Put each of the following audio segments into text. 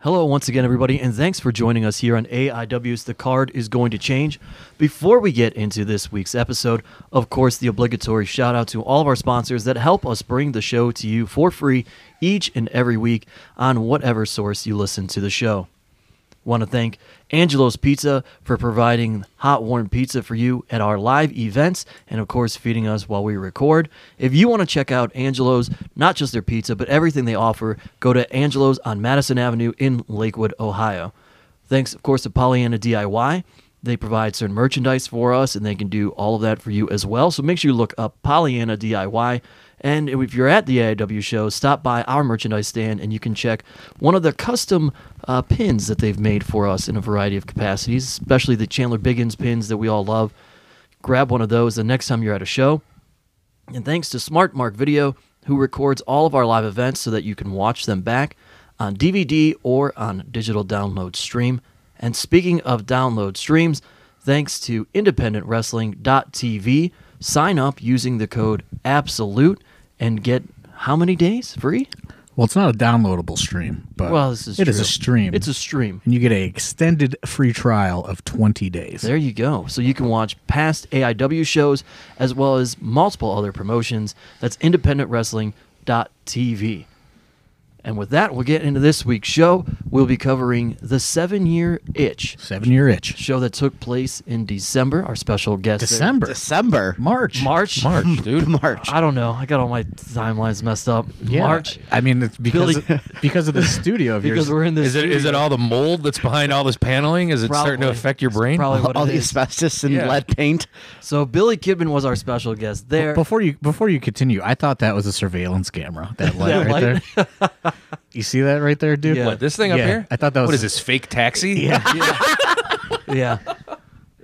Hello, once again, everybody, and thanks for joining us here on AIW's The Card is Going to Change. Before we get into this week's episode, of course, the obligatory shout out to all of our sponsors that help us bring the show to you for free each and every week on whatever source you listen to the show. Want to thank Angelo's Pizza for providing hot, warm pizza for you at our live events and, of course, feeding us while we record. If you want to check out Angelo's, not just their pizza, but everything they offer, go to Angelo's on Madison Avenue in Lakewood, Ohio. Thanks, of course, to Pollyanna DIY. They provide certain merchandise for us and they can do all of that for you as well. So make sure you look up Pollyanna DIY. And if you're at the AIW show, stop by our merchandise stand and you can check one of the custom uh, pins that they've made for us in a variety of capacities, especially the Chandler Biggins pins that we all love. Grab one of those the next time you're at a show. And thanks to Smart Mark Video, who records all of our live events so that you can watch them back on DVD or on digital download stream. And speaking of download streams, thanks to independentwrestling.tv, sign up using the code ABSOLUTE and get how many days free? Well, it's not a downloadable stream, but Well, this is Uh, it is true. a stream. It's a stream. and you get a extended free trial of 20 days. There you go. So you can watch past AIW shows as well as multiple other promotions. That's independentwrestling.tv. And with that, we'll get into this week's show. We'll be covering the seven year itch Seven year itch. show that took place in December. Our special guest there- December. December. March. March. March, dude. March. I don't know. I got all my timelines messed up. Yeah. March. I mean, it's because, Billy- of, because of the studio of Because yours. we're in this. Is it is it all the mold that's behind all this paneling? Is it starting to Probably. affect your brain? Probably what All it the is. asbestos and Yeah. lead paint. So Billy Kidman was our special guest there. Before you before you continue, I thought that was a surveillance camera. That light That right there. you see that right there, dude? Yeah. What this thing up Yeah, here? I thought that was- what is this fake taxi? Yeah, Yeah.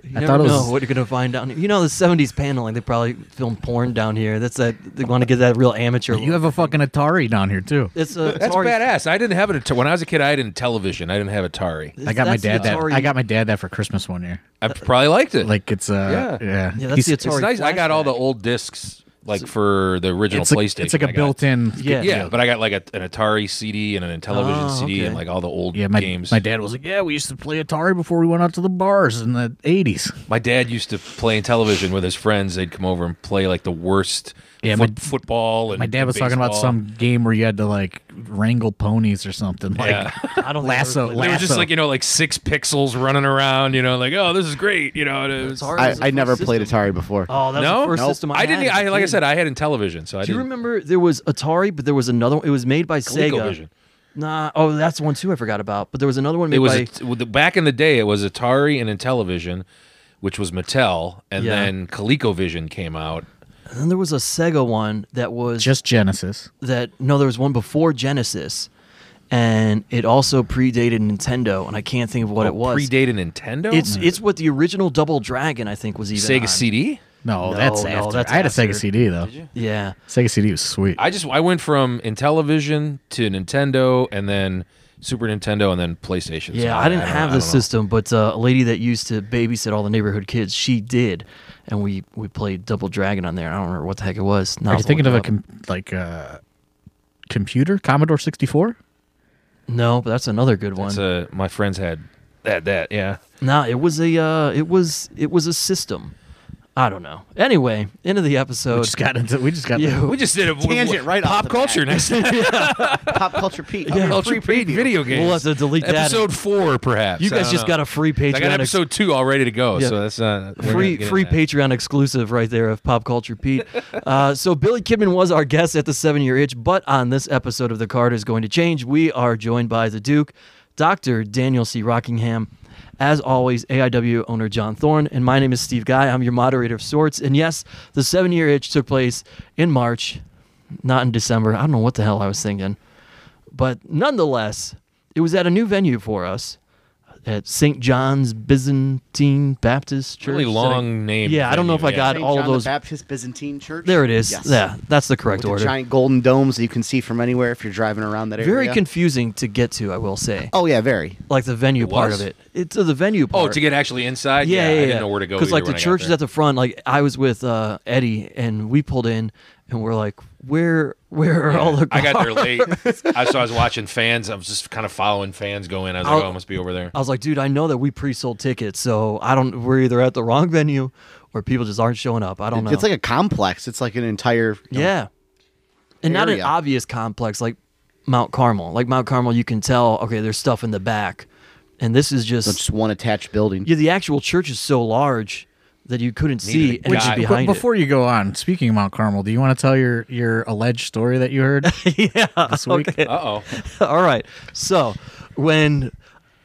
You never thought it know was- what you're gonna find down here. You know the '70s paneling; they probably filmed porn down here. That's that they want to get that real amateur. You have a fucking Atari down here too. it's a that's Atari- badass. I didn't have it when I was a kid. I had an television. I didn't have Atari. I got my that's the dad that. Atari- I got my dad that for Christmas one year. I probably liked it. Like it's uh Yeah. yeah. Yeah, that's the He's- Atari it's nice. I got all the flashback. old discs like for the original It's like, PlayStation. it's like a I got- built-in. Yeah. Yeah, but I got like a, an Atari CD and an Intellivision Oh, CD and okay. like all the old Yeah, my, games. my dad was like, "Yeah, we used to play Atari before we went out to the bars in the '80s." My dad used to play in television with his friends. They'd come over and play like the worst Yeah, foot- my- football. And My dad was talking about baseball. some game where you had to like wrangle ponies or something, like Yeah. I don't think I've lasso. ever They lasso. were just like you know, like six pixels running around. You know, like oh, this is great. You know, and it was Atari I, was the I never first played system. Atari before. Oh, that was No? the first Nope. system I, I didn't. e-, had as a I like I kid. said, I had in television, so I Do you didn't. remember there was Atari, but there was another one? It was made by Sega. ColecoVision. Nah, oh, that's one too. I forgot about. But there was another one made It was by. a, with the- back in the day. It was Atari and Intellivision, which was Mattel, and Yeah. then ColecoVision came out. and then there was a Sega one that was just Genesis. that no, there was one before Genesis, and it also predated Nintendo, and I can't think of Oh, what it was. predated Nintendo. It's it's what the original Double Dragon I think was even Sega on. CD. No, No, that's no, after. that's I had a after. Sega CD though. Yeah, Sega CD was sweet. I just I went from Intellivision to Nintendo, and then Super Nintendo, and then PlayStation. So yeah. I didn't don't- have I the don't know. system, but uh, a lady that used to babysit all the neighborhood kids, she did, and we we played Double Dragon on there. I don't remember what the heck it was. Now Are I'll you thinking look of it a up. com- like uh, computer Commodore 64? no, but that's another good one. It's a, my friends had that. That yeah. No, it was a uh, it was it was a system. I don't know. Anyway, into the We episode. just got into. We just got. Yeah. We just did a Tangent right off pop the bat. culture next. Pop Culture Oh Pete. Oh Ultra paid video games. We'll have to delete that. Episode four, perhaps. you I guys don't just know. got a free Patreon. I got ex- episode two all ready to go. Yeah. So that's not we're free gonna get free into that. Patreon exclusive right there of Pop Culture Pete. uh, so Billy Kidman was our guest at the Seven Year Itch, but on this episode of The Card is Going to Change, we are joined by the Duke, Doctor Daniel C. Rockingham. As always, AIW owner John Thorne, and my name is Steve Guy. I'm your moderator of sorts. And yes, the seven year itch took place in March, not in December. I don't know what the hell I was thinking. But nonetheless, it was at a new venue for us at St. John's Byzantine Baptist Church. Really long name. Yeah, I don't know if venue, I got St. all John those. The Baptist Byzantine Church. there it is. Yes. Yeah, that's the correct With the order. giant golden domes that you can see from anywhere if you're driving around that area. Very confusing to get to, I will say. Oh yeah, very. Like the venue It part was? of it. It's uh, the venue Oh, part. to get actually inside. Yeah, I didn't know where to go. Because either like the when I got church is there. at the front. Like I was with uh, Eddie, and we pulled in, and we're like, where where are all the? I got there late. I, so I was watching fans. I was just kind of following fans going. I was like, I'll- oh, I must be over there. I was like, dude, I know that we pre-sold tickets, so I don't. We're either at the wrong venue, or people just aren't showing up. I don't know. It's like a complex. It's like an entire. you know, yeah, and not an area. obvious complex like Mount Carmel. Like Mount Carmel, you can tell. Okay, there's stuff in the back, and this is just, Just one attached building. yeah. The actual church is so large that you couldn't see Needed a anything guide. But behind before you go on, speaking of Mount Carmel, do you want to tell your your alleged story that you heard it. yeah. this week? Uh oh. All right. So when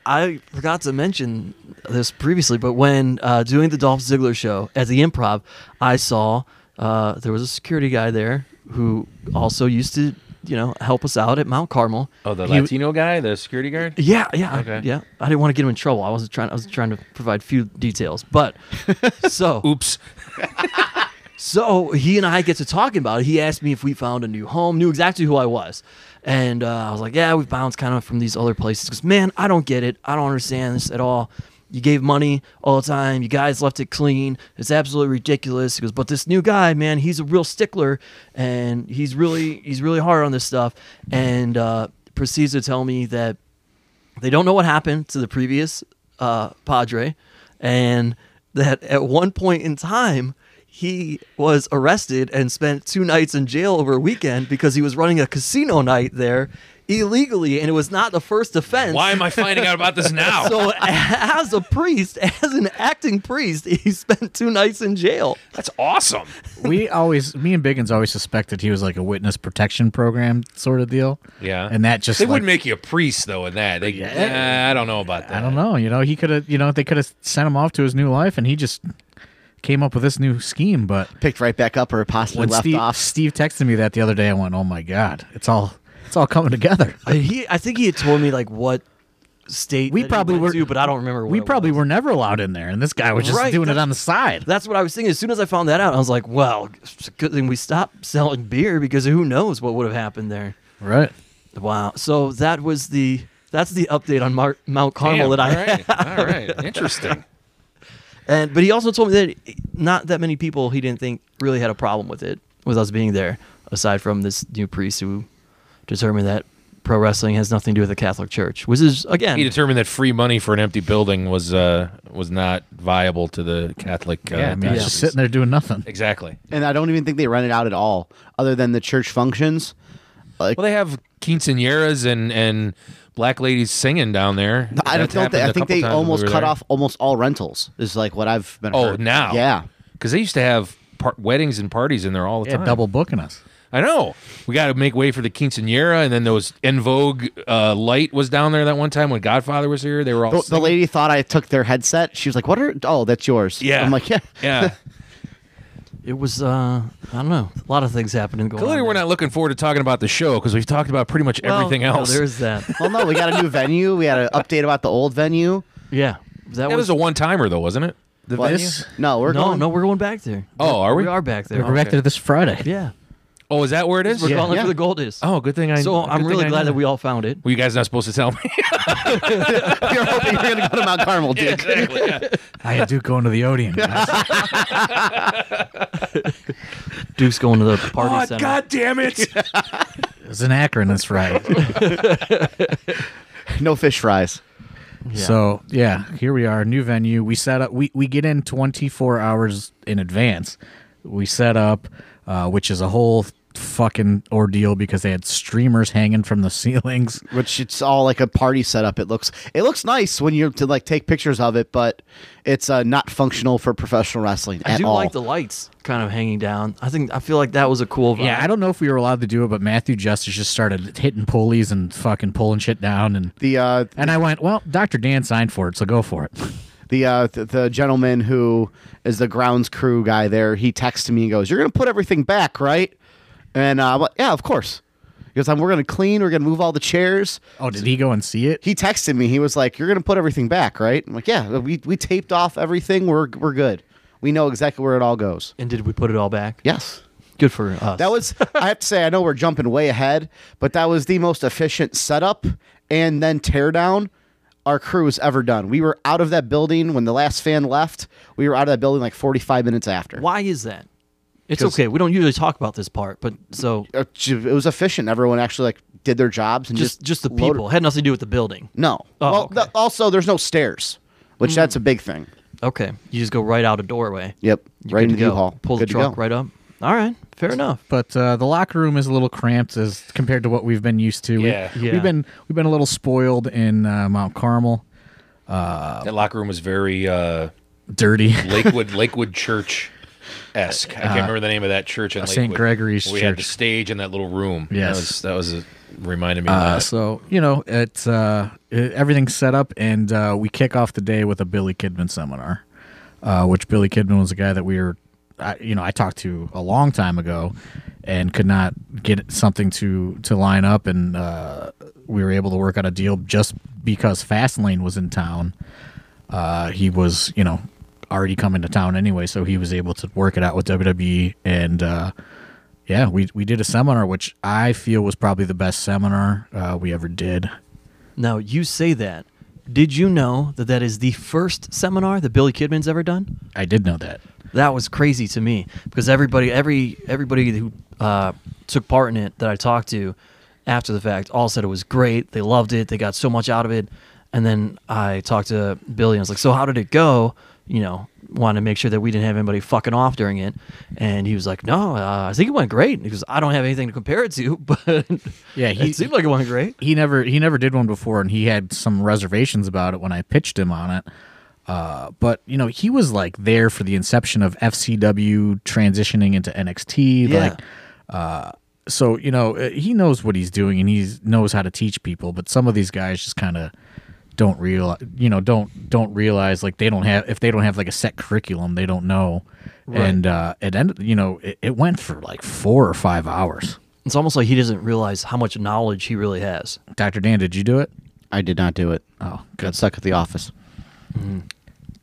I forgot to mention this previously, but when uh, doing the Dolph Ziggler show at the Improv, I saw uh, there was a security guy there who also used to, you know, help us out at Mount Carmel. Oh, the You- Latino guy, the security guard. Yeah, yeah, Okay. yeah. I didn't want to get him in trouble. I wasn't trying. I was trying to provide few details, but so Oops. so he and I get to talking about it. He asked me if we found a new home, knew exactly who I was. And uh, I was like, yeah, we bounced kind of from these other places. Because, man, I don't get it. I don't understand this at all. You gave money all the time. You guys left it clean. It's absolutely ridiculous. He goes, but this new guy, man, he's a real stickler, and he's really he's really hard on this stuff. And uh, proceeds to tell me that they don't know what happened to the previous uh, padre, and that at one point in time he was arrested and spent two nights in jail over a weekend because he was running a casino night there illegally, and it was not the first offense. Why am I finding out about this now? So, as a priest, as an acting priest, he spent two nights in jail. That's awesome. we always, me and Biggins always suspected he was like a witness protection program sort of deal. Yeah. and that just They like, wouldn't make you a priest though. In that, they, Yeah. Nah, I don't know about that. I don't know. You know, he could have. You know, they could have sent him off to his new life, and he just came up with this new scheme. But Picked right back up or possibly when left Steve, off. Steve texted me that the other day, I went, "Oh my god, it's all it's all coming together." I, he, I think he had told me like what state We that he probably went were- to, but I don't remember. What we it probably was. were never allowed in there, and this guy was just Right, doing it that's- on the side. That's what I was thinking. As soon as I found that out, I was like, "Well, it's a good thing we stopped selling beer because who knows what would have happened there." Right. Wow. So that was the that's the update on Mar- Mount Carmel Damn, that I all right, all right, interesting. and but he also told me that not that many people he didn't think really had a problem with it with us being there, aside from this new priest who determined that pro wrestling has nothing to do with the Catholic Church, which is again He determined that free money for an empty building was uh, was not viable to the Catholic. Uh, Yeah, I mean, he's yeah. just sitting there doing nothing. Exactly. and I don't even think they rent it out at all, other than the church functions. Like Well, they have quinceañeras and and black ladies singing down there. I don't That's think they, I happened a think couple they times when we almost were cut there. off almost all rentals. Is like what I've been. Oh, heard. now yeah. because they used to have par- weddings and parties in there all the Yeah, time. double booking us. I know. We got to make way for the quinceañera, and then those En Vogue uh, light was down there that one time when Godfather was here. They were all The, the singing. lady thought I took their headset. She was like, "What are? Oh, that's yours." Yeah, I'm like, "Yeah." yeah. it was uh I don't know a lot of things happening going Clearly, on. we're there. not looking forward to talking about the show because we've talked about pretty much Well, everything no, else. there is that. Well, no, we got a new venue. We had an update about the old venue. Yeah, that that was was a one timer though, wasn't it? The What? venue? This- No, we're no going. no we're going back there. Oh, are we? We are back there. We're back to this Friday. Yeah. Oh, is that where it is? We're calling it yeah. for the gold is. Oh, good thing I. so good I'm thing really I glad knew that we all found it. Well, you guys are not supposed to tell me. you're hoping you're going to go to Mount Carmel, dude. exactly. I had Duke going to the Odeon. guys. Duke's going to the party Oh, center. damn it! It was in Akron this Friday. No fish fries. Yeah. So yeah, here we are, new venue. We set up. We we get in 24 hours in advance. We set up, uh, which is a whole fucking ordeal because they had streamers hanging from the ceilings. Which it's all like a party setup. It looks it looks nice when you're to like take pictures of it, but it's uh, not functional for professional wrestling I at do all. like the lights kind of hanging down. I think I feel like that was a cool vibe. Yeah, I don't know if we were allowed to do it, but Matthew Justice just started hitting pulleys and fucking pulling shit down, and the uh, and I went, well, Doctor Dan signed for it, so go for it. the uh, th- the gentleman who is the grounds crew guy there, he texted me and goes, "You're gonna put everything back, right?" And uh, I'm like, "Yeah, of course." He goes, "Um, "We're gonna clean. We're gonna move all the chairs." Oh, did he go and see it? He texted me. He was like, "You're gonna put everything back, right?" I'm like, "Yeah, we, we taped off everything. We're we're good. We know exactly where it all goes." And did we put it all back? Yes. Good for us. That was, I have to say, I know we're jumping way ahead, but that was the most efficient setup and then teardown our crew has ever done. We were out of that building when the last fan left. We were out of that building like 45 minutes after. Why is that? It's 'Cause- okay. We don't usually talk about this part, but so Uh, j- It was efficient. Everyone actually like did their jobs and just just just the loaded- people had nothing to do with the building. No. Oh, well, okay. Hmm. th- also there's no stairs, which that's a big thing. Okay, you just go right out a doorway. Yep. You're right good into to the go. U-Haul. Pull Good the to go. truck right up. All right, fair enough. but uh, the locker room is a little cramped as compared to what we've been used to. We- Yeah. Yeah. we've been we've been a little spoiled in uh, Mount Carmel, that locker room was very uh, dirty. Lakewood Lakewood Church esque. I can't remember the name of that church in St. Lakewood. Gregory's We had the Church. stage in that little room. Yes. that was, that was a, reminded me. Uh, of that. so you know it's uh, it, everything's set up, and uh, we kick off the day with a Billy Kidman seminar, uh, which Billy Kidman was a guy that we were, I, you know, I talked to a long time ago, and could not get something to to line up, and uh, we were able to work out a deal just because Fastlane was in town. Uh, he was, you know, already coming to town anyway, so he was able to work it out with WWE and. Uh, yeah, we we did a seminar, which I feel was probably the best seminar uh, we ever did. Now you say that. Did you know that that is the first seminar that Billy Kidman's ever done? I did know that. That was crazy to me because everybody, every everybody who uh, took part in it that I talked to after the fact all said it was great. They loved it. They got so much out of it. And then I talked to Billy and I was like, "So how did it go?" You know, wanted to make sure that we didn't have anybody fucking off during it. And he was like, "No, uh, I think it went great." He goes, "I don't have anything to compare it to, but Yeah, he- it seemed like it went great." He never he never did one before, and he had some reservations about it when I pitched him on it. Uh, but you know, he was like there for the inception of FCW transitioning into NXT. Yeah. Like, uh, so you know, uh, he knows what he's doing, and he knows how to teach people. But some of these guys just kind of don't realize, you know, don't don't realize like they don't have if they don't have like a set curriculum, they don't know. And uh, it ended, you know, it, it went for like four or five hours. It's almost like he doesn't realize how much knowledge he really has. Dr. Dan, did you do it? I did not do it. Oh, Got good. stuck at the office.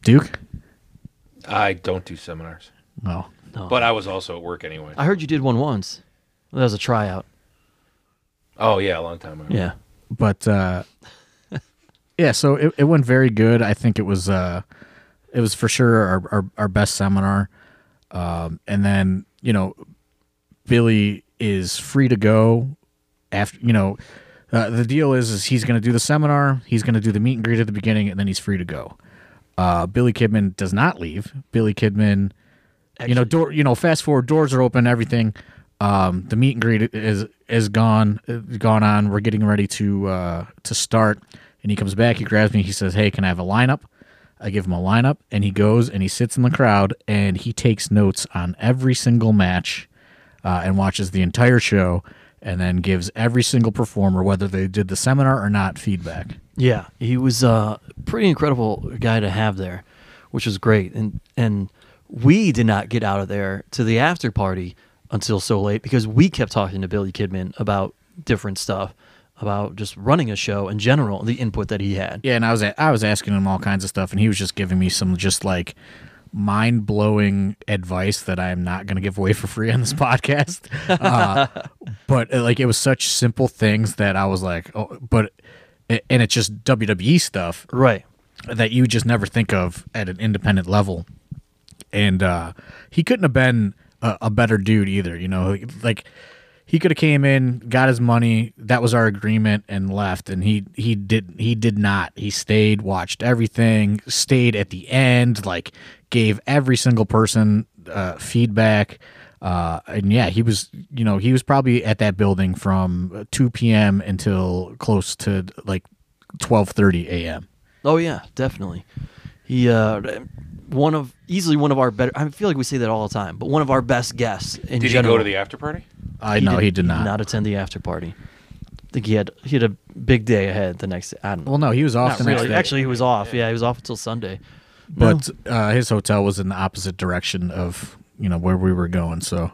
Duke? I don't do seminars, Oh. but I was also at work anyway. I heard you did one once. That was a tryout. oh yeah, a long time ago. Yeah. But uh, yeah, so it, it went very good. I think it was uh, it was for sure our, our, our best seminar. Um, and then, you know, Billy is free to go after, you know, uh, the deal is, is he's going to do the seminar, he's going to do the meet and greet at the beginning, and then he's free to go. Uh, Billy Kidman does not leave. Billy Kidman, you know, door, you know, fast forward, doors are open, everything. Um, the meet and greet is is gone, is gone on. We're getting ready to uh, to start, and he comes back. He grabs me. He says, "Hey, can I have a lineup?" I give him a lineup, and he goes and he sits in the crowd and he takes notes on every single match uh, and watches the entire show, and then gives every single performer, whether they did the seminar or not, feedback. Yeah, he was a pretty incredible guy to have there, which was great. And and we did not get out of there to the after party until so late because we kept talking to Billy Kidman about different stuff, about just running a show in general, the input that he had. Yeah, and I was a- I was asking him all kinds of stuff, and he was just giving me some just like mind blowing advice that I am not going to give away for free on this podcast. Uh, but uh, like, it was such simple things that I was like, oh, but and it's just WWE stuff Right. that you just never think of at an independent level. And uh, he couldn't have been a, a better dude either. You know, like he could have came in, got his money. That was our agreement, and left. And he he did he did not. He stayed, watched everything, stayed at the end, like gave every single person uh, feedback. Uh, and yeah, he was, you know, he was probably at that building from 2 p.m. until close to like 12:30 a.m. Oh yeah, definitely. He uh one of easily one of our better I feel like we say that all the time, but one of our best guests in Did you general. go to the after party? I know he did not. not attend the after party. I think he had he had a big day ahead the next I don't know. well, no, he was off Not the next really. day. Actually, he was off. Yeah, he was off until Sunday. but uh, his hotel was in the opposite direction of you know where we were going. So,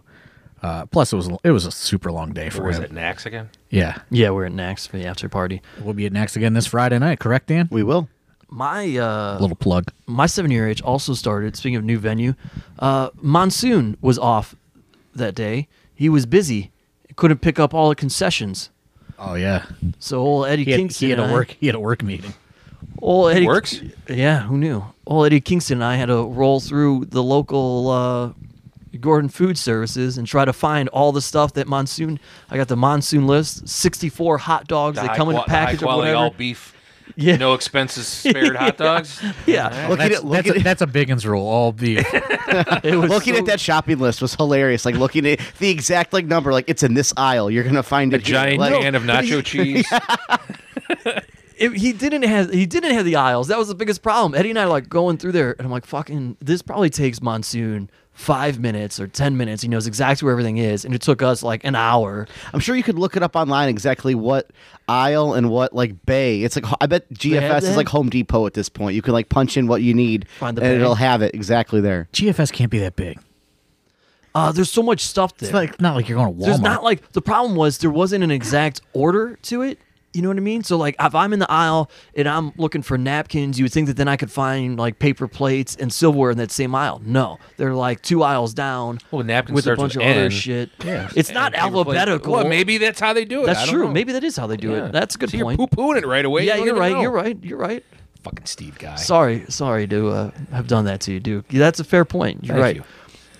uh, plus it was it was a super long day Or for was him. it Nax again? Yeah, Yeah, we're at Nax for the after party. we'll be at next again this Friday night. Correct, Dan? We will. My uh, Little plug. my seven year itch also started. Speaking of new venue, uh, Monsoon was off that day. He was busy, couldn't pick up all the concessions. Oh yeah, So old Eddie he had, Kingston, he had and I- a work he had a work meeting. Old Eddie Works? Yeah, who knew? Old Eddie Kingston and I had to roll through the local uh, Gordon Food Services and try to find all the stuff that Monsoon. I got the Monsoon list, 64 hot dogs that come in a package or whatever. all beef. Yeah. No expenses spared hot dogs. yeah, Look at That's, it. Look that's, at a, it. that's a Biggins rule. All beef. it was Looking so- at that shopping list was hilarious. Like looking at the exact like number, like it's in this aisle. You're gonna find A it. here. giant Like- can of nacho cheese. it, he didn't have he didn't have the aisles. That was the biggest problem. Eddie and I like going through there, and I'm like, fucking, this probably takes Monsoon five minutes or ten minutes. He knows exactly where everything is, and it took us like an hour. I'm sure you could look it up online exactly what aisle and what like bay. It's like I bet GFS that? is like Home Depot at this point. You can like punch in what you need, Find the and bay. it'll have it exactly there. GFS can't be that big. Uh, there's so much stuff there. It's like not like you're going to Walmart. There's not like the problem was there wasn't an exact order to it. You know what I mean? So like if I'm in the aisle and I'm looking for napkins, you would think that then I could find like paper plates and silverware in that same aisle. No, they're like two aisles down. Well, napkin with a starts bunch with of other N. shit. It's not alphabetical. Well, maybe that's how they do it. I that's don't true. know. Maybe that is how they do Yeah. it. That's a good so point. You're poo pooing it right away. yeah, You don't you're right. even know. You're right. You're right. Fucking Steve guy. Sorry, sorry to uh, have done that to you, Duke. Yeah, That's a fair point. You're Thank right. you.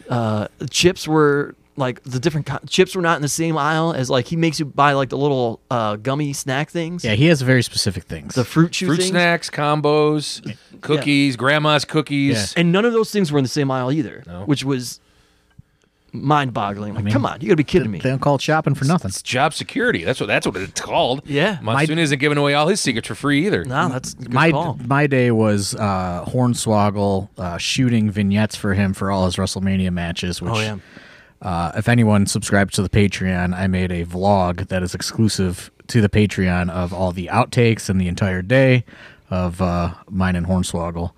Uh, chips were like the different co- chips were not in the same aisle as like he makes you buy like the little uh, gummy snack things. Yeah, he has very specific things. the fruit chew Fruit things. snacks, combos, cookies, grandma's cookies. And none of those things were in the same aisle either, which was mind-boggling. Like, mean, come on, you gotta be kidding me. They don't call it shopping for nothing. It's job security. That's what that's what it's called. Yeah. Monsoon isn't giving away all his secrets for free either. no, that's a good my call. my day was uh, Hornswoggle uh, shooting vignettes for him for all his WrestleMania matches. Which, Oh, yeah. uh, if anyone subscribes to the Patreon, I made a vlog that is exclusive to the Patreon of all the outtakes and the entire day of uh, mine and Hornswoggle.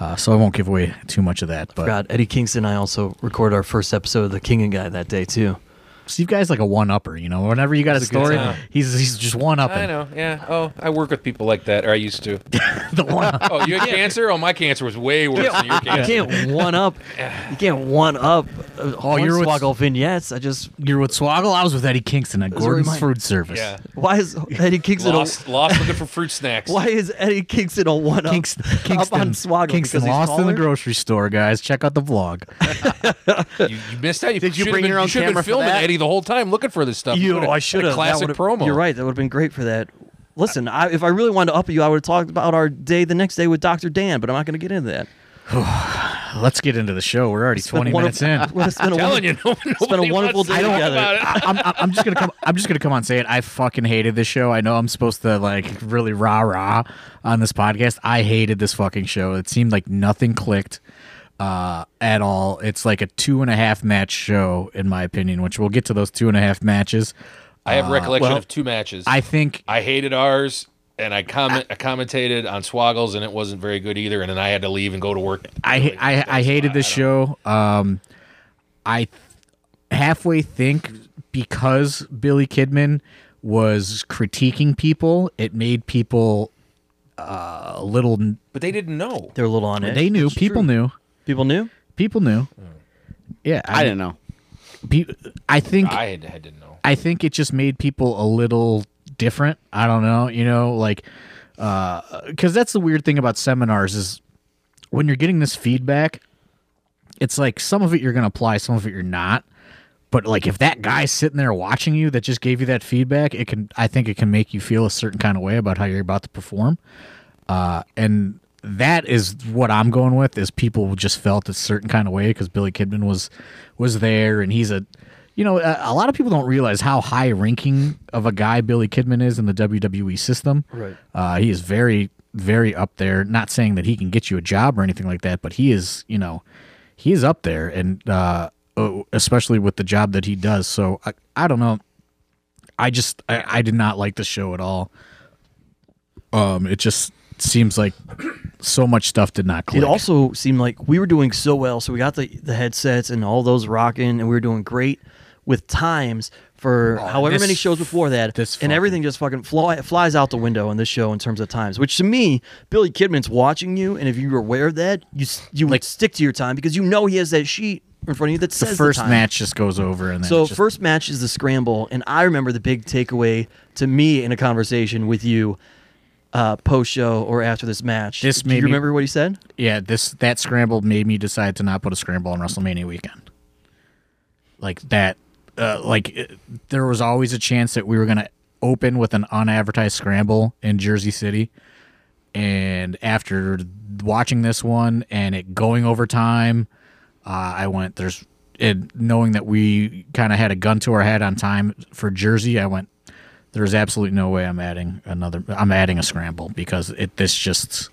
Uh, so I won't give away too much of that. But God, Eddie Kingston and I also recorded our first episode of The King and Guy that day too. Steve Guy's like a one upper. You know, whenever you got a a good story, time. he's he's just one I upping. know. Yeah. Oh, I work with people like that, or I used to. The one. Oh, you had cancer? Oh, my cancer was way worse than your You cancer. can't one up. You can't one up. Oh, you're you're with- Swaggle vignettes. I just You're with Swoggle. I was with Eddie Kingston at a Gordon's reminder. Food Service. Yeah. why is Eddie Kingston? A, Lost, lost looking for fruit snacks. why is Eddie Kingston a one up? Kingston, up Kingston, on Swaggle Kingston because he's lost in taller? the grocery store, guys. Check out the vlog. You, you missed out. You Did you should've bring been, your own should have camera been for filming that? Eddie the whole time looking for this stuff. You, would've I had should have. A classic promo. You're right. That would have been great for that. Listen, I, if I really wanted to up you, I would have talked about our day the next day with Dr. Dan, but I'm not going to get into that. Let's get into the show. We're already Spent 20 a wonderf- minutes in. Well, it's been a Telling wonder- you, no, been a nobody wonderful wants to day talk together. about it. I'm, I'm, I'm just gonna come. I'm just gonna come on and say it. I fucking hated this show. I know I'm supposed to like really rah rah on this podcast. I hated this fucking show. It seemed like nothing clicked uh, at all. It's like a two and a half match show, in my opinion. Which we'll get to those two and a half matches. I have recollection well, of two matches. I think I hated ours, and I comment I commentated on Swaggles, and it wasn't very good either. And then I had to leave and go to work. I I, I hated this show. Um, I th- halfway think because Billy Kidman was critiquing people, it made people uh, a little. But they didn't know. They're a little on it. They knew. People knew. People knew? People knew. Yeah, I didn't know. Pe- I think I had I didn't know. I think it just made people a little different. I don't know, you know, like because that's the weird thing about seminars is when you're getting this feedback, it's like some of it you're going to apply, some of it you're not. But like if that guy's sitting there watching you that just gave you that feedback, it can I think it can make you feel a certain kind of way about how you're about to perform. Uh, and that is what I'm going with is people just felt a certain kind of way because Billy Kidman was was there and he's a you know a, a lot of people don't realize how high ranking of a guy Billy Kidman is in the WWE system. Right. Uh, he is very very up there. Not saying that he can get you a job or anything like that, but he is you know he is up there and uh, oh, especially with the job that he does. So I, I don't know. I just I, I did not like the show at all. Um, it just seems like so much stuff did not click. It also seemed like we were doing so well. So we got the, the headsets and all those rocking, and we were doing great with times for however Oh, this many shows before that. this and everything just fucking fly, flies out the window in this show in terms of times, which to me, Billy Kidman's watching you. And if you were aware of that, you, s- you would stick to your time because you know he has that sheet in front of you that the says first the time. match just goes over and then So it just, first match is the scramble, and I remember the big takeaway to me in a conversation with you, uh, post show or after this match. This Do made you me- remember what he said? yeah, this that scramble made me decide to not put a scramble on WrestleMania weekend. like that uh, like it, there was always a chance that we were going to open with an unadvertised scramble in Jersey City and after watching this one and it going overtime uh, I went there's and knowing that we kind of had a gun to our head on time for Jersey I went there's absolutely no way I'm adding another I'm adding a scramble because it this just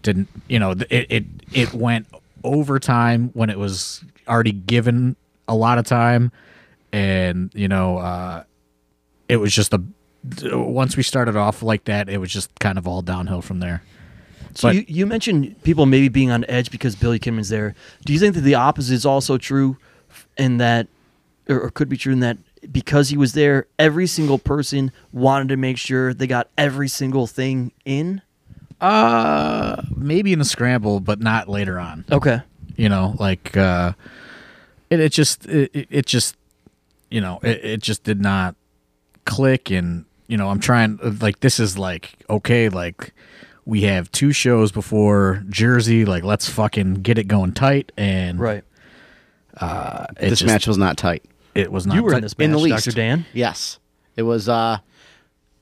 didn't you know th- it it it went overtime when it was already given a lot of time and you know uh it was just a once we started off like that it was just kind of all downhill from there So But- you, you mentioned people maybe being on edge because Billy Kidman's there. Do you think that the opposite is also true f- in that, or, or could be true in that because he was there, every single person wanted to make sure they got every single thing in? uh maybe in the scramble but not later on Okay. you know like uh it, it just it, it- it just you know it, it just did not click and you know i'm trying like this is like okay like we have two shows before jersey like let's fucking get it going tight and Right. it this just- match was not tight. it was not You were in tight. this match, in the least. Dr. Dan. Yes, it was. uh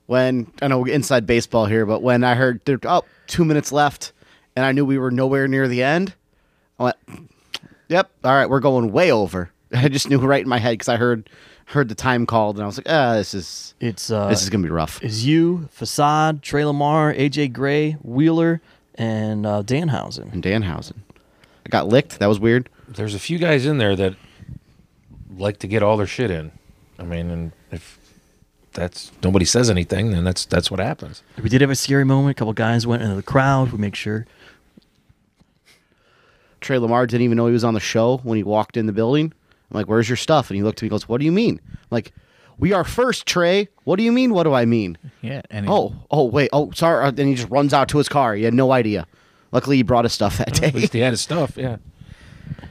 When I know inside baseball here, but when I heard there oh two minutes left, and I knew we were nowhere near the end, I went, "Yep, all right, we're going way over." I just knew right in my head because I heard heard the time called, and I was like, "Ah, this is It's uh, this is gonna be rough." is you, Facade, Trey Lamar, AJ Gray, Wheeler, and uh, Danhausen. And Danhausen, I got licked. That was weird. There's a few guys in there that like to get all their shit in. I mean, and if that's nobody says anything, then that's that's what happens. We did have a scary moment. A couple guys went into the crowd. We make sure. Trey Lamar didn't even know he was on the show when he walked in the building. I'm like, where's your stuff? And he looked at me and goes, what do you mean? I'm like, we are first, Trey. What do you mean? What do I mean? yeah and Oh, oh, wait. Oh, sorry. Uh, Then he just runs out to his car. He had no idea. Luckily, he brought his stuff that At day. least he had his stuff. Yeah.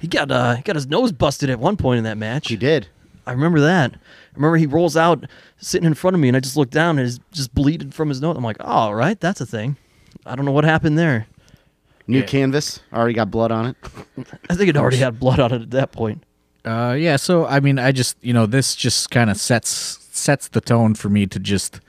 He got uh, he got his nose busted at one point in that match. he did. I remember that. I remember he rolls out sitting in front of me, and I just look down and it's just bleeded from his nose. I'm like, oh, all right, that's a thing. I don't know what happened there. New canvas. Already got blood on it. I think it already had blood on it at that point. Uh, yeah. So I mean, I just you know this just kind of sets sets the tone for me to just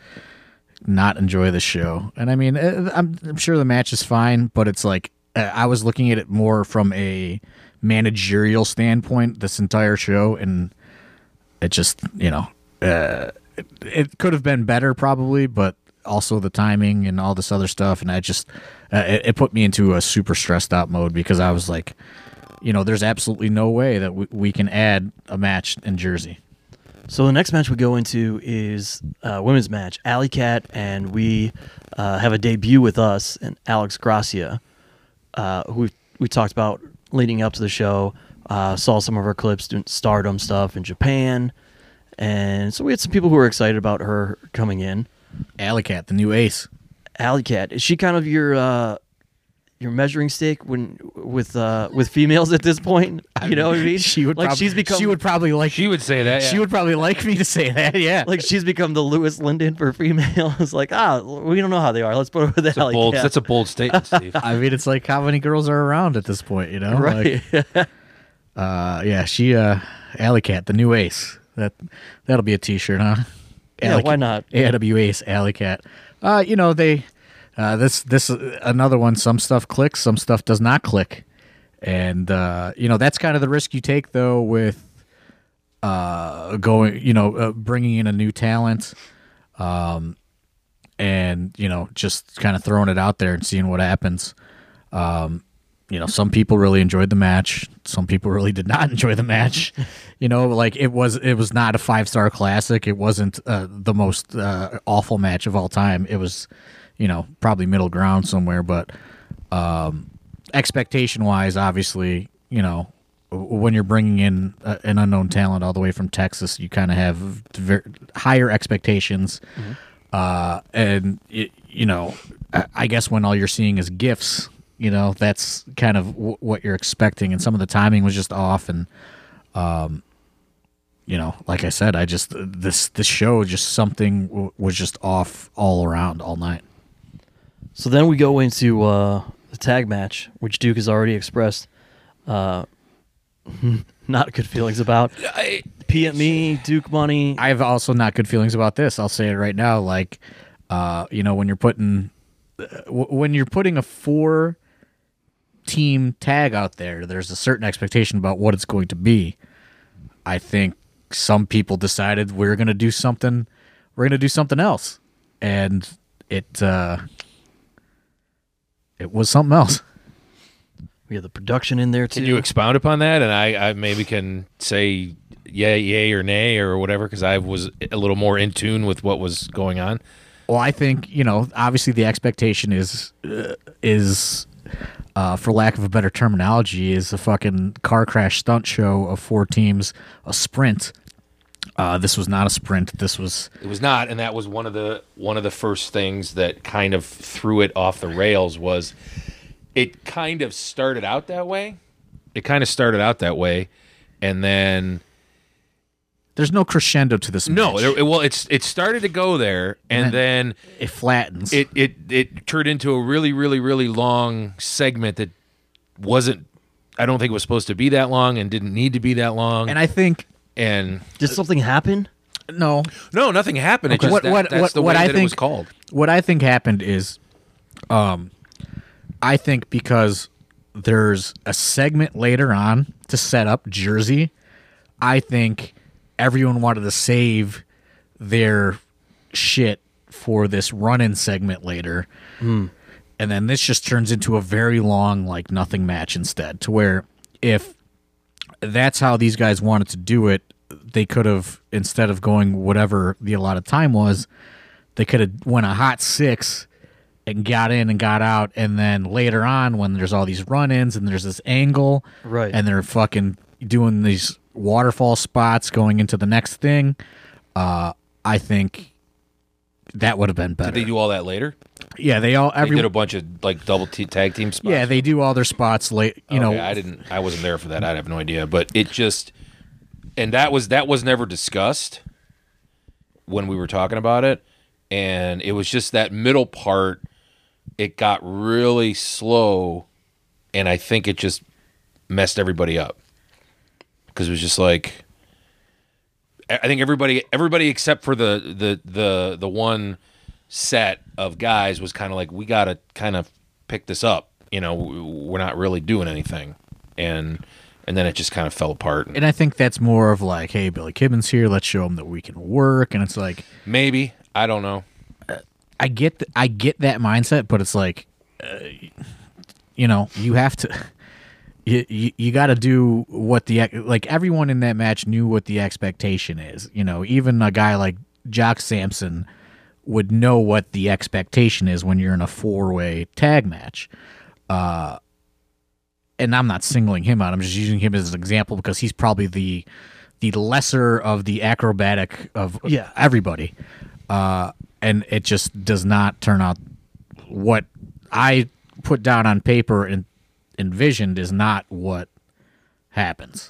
not enjoy the show. And I mean, eh, I'm, I'm sure the match is fine, but it's like eh, I was looking at it more from a managerial standpoint this entire show, and it just you know uh, it, it could have been better probably, but also the timing and all this other stuff, and I just uh, it, it put me into a super stressed out mode because I was like you know, there's absolutely no way that we, we can add a match in Jersey. So the next match we go into is uh, women's match, Alley Cat, and we uh, have a debut with us and Alex Gracia, uh, who we talked about leading up to the show. Uh, saw some of her clips doing stardom stuff in Japan, and so we had some people who were excited about her coming in. Alley Cat, the new ace. Alley Cat is she kind of your uh, your measuring stick when with uh, with females at this point? You know what I mean? She would like prob- she's become She would probably like. She would say that. She would probably like me to say that. Yeah. like she's become the Lewis Linden for females. like ah, we don't know how they are. Let's put her with That's a Alley bold, Cat. that's a bold statement, Steve. I mean, it's like how many girls are around at this point, you know? right. Like, uh, yeah. She, uh, Alley Cat, the new ace. That that'll be a T-shirt, huh? Yeah, Alley- why not? AW Ace, Alley Cat. Uh, you know they. Uh, this this uh, another one. Some stuff clicks, some stuff does not click, and uh, you know that's kind of the risk you take though with uh, going. You know, uh, bringing in a new talent, um, and you know just kind of throwing it out there and seeing what happens. Um, you know, some people really enjoyed the match. Some people really did not enjoy the match. You know, like it was it was not a five star classic. It wasn't uh, the most uh, awful match of all time. It was, you know, probably middle ground somewhere. But um, expectation wise, obviously, you know, w- when you're bringing in a, an unknown talent all the way from Texas, you kind of have ver- higher expectations. Uh, and, y you know, I, I guess when all you're seeing is gifts, you know, that's kind of w- what you're expecting. And some of the timing was just off. And, um, you know, like I said, I just this this show just something w- was just off all around all night. So then we go into uh, the tag match, which Duke has already expressed uh, not good feelings about. I, pee at me, Duke money. I have also not good feelings about this. I'll say it right now. Like, uh, you know, when you're putting uh, w- when you're putting a four team tag out there, there's a certain expectation about what it's going to be. I think some people decided we're going to do something. We're going to do something else, and it uh, it was something else. We had the production in there too. Can you expound upon that? And I, I maybe can say yay, yay or nay or whatever because I was a little more in tune with what was going on. Well, I think you know. Obviously, the expectation is uh, is, uh, for lack of a better terminology, is a fucking car crash stunt show of four teams, a sprint. Uh, this was not a sprint. This was It was not, and that was one of the one of the first things that kind of threw it off the rails was it kind of started out that way. It kind of started out that way, and then there's no crescendo to this. no, match. there- well, it's it started to go there, and, then, it flattens. it it it turned into a really really really long segment that wasn't. I don't think it was supposed to be that long, and didn't need to be that long. and I think and Did something happen? no. no, nothing happened. It just, what that- what that's what, the what way I that think it was called. What I think happened is, um, I think because there's a segment later on to set up Jersey, I think everyone wanted to save their shit for this run-in segment later, and then this just turns into a very long like nothing match instead. To where if that's how these guys wanted to do it. They could have instead of going whatever the allotted time was, they could have went a hot six and got in and got out, and then later on when there's all these run-ins and there's this angle, Right. And they're fucking doing these waterfall spots going into the next thing. Uh, I think that would have been better. Did they do all that later? yeah, they all They every did a bunch of like double t- tag team spots. yeah they do all their spots late. You Okay, know, I didn't. I wasn't there for that. I have no idea. But it just, and that was that was never discussed when we were talking about it, and it was just that middle part. It got really slow, and I think it just messed everybody up because it was just like. I I think everybody, everybody except for the the the the one set of guys was kind of like we gotta kind of pick this up you know w- we're not really doing anything and and then it just kind of fell apart and I think that's more of like, hey, Billy Kibben's here. Let's show him that we can work. And it's like, maybe i don't know I get, th- I get that mindset, but it's like, uh, you know, you have to, you you, you got to do what the ex- like everyone in that match knew what the expectation is. You know, even a guy like Jock Sampson would know what the expectation is when you're in a four way tag match. Uh, and I'm not singling him out. I'm just using him as an example because he's probably the the lesser of the acrobatic of Yeah. everybody. Uh, and it just does not turn out what I put down on paper and envisioned is not what happens.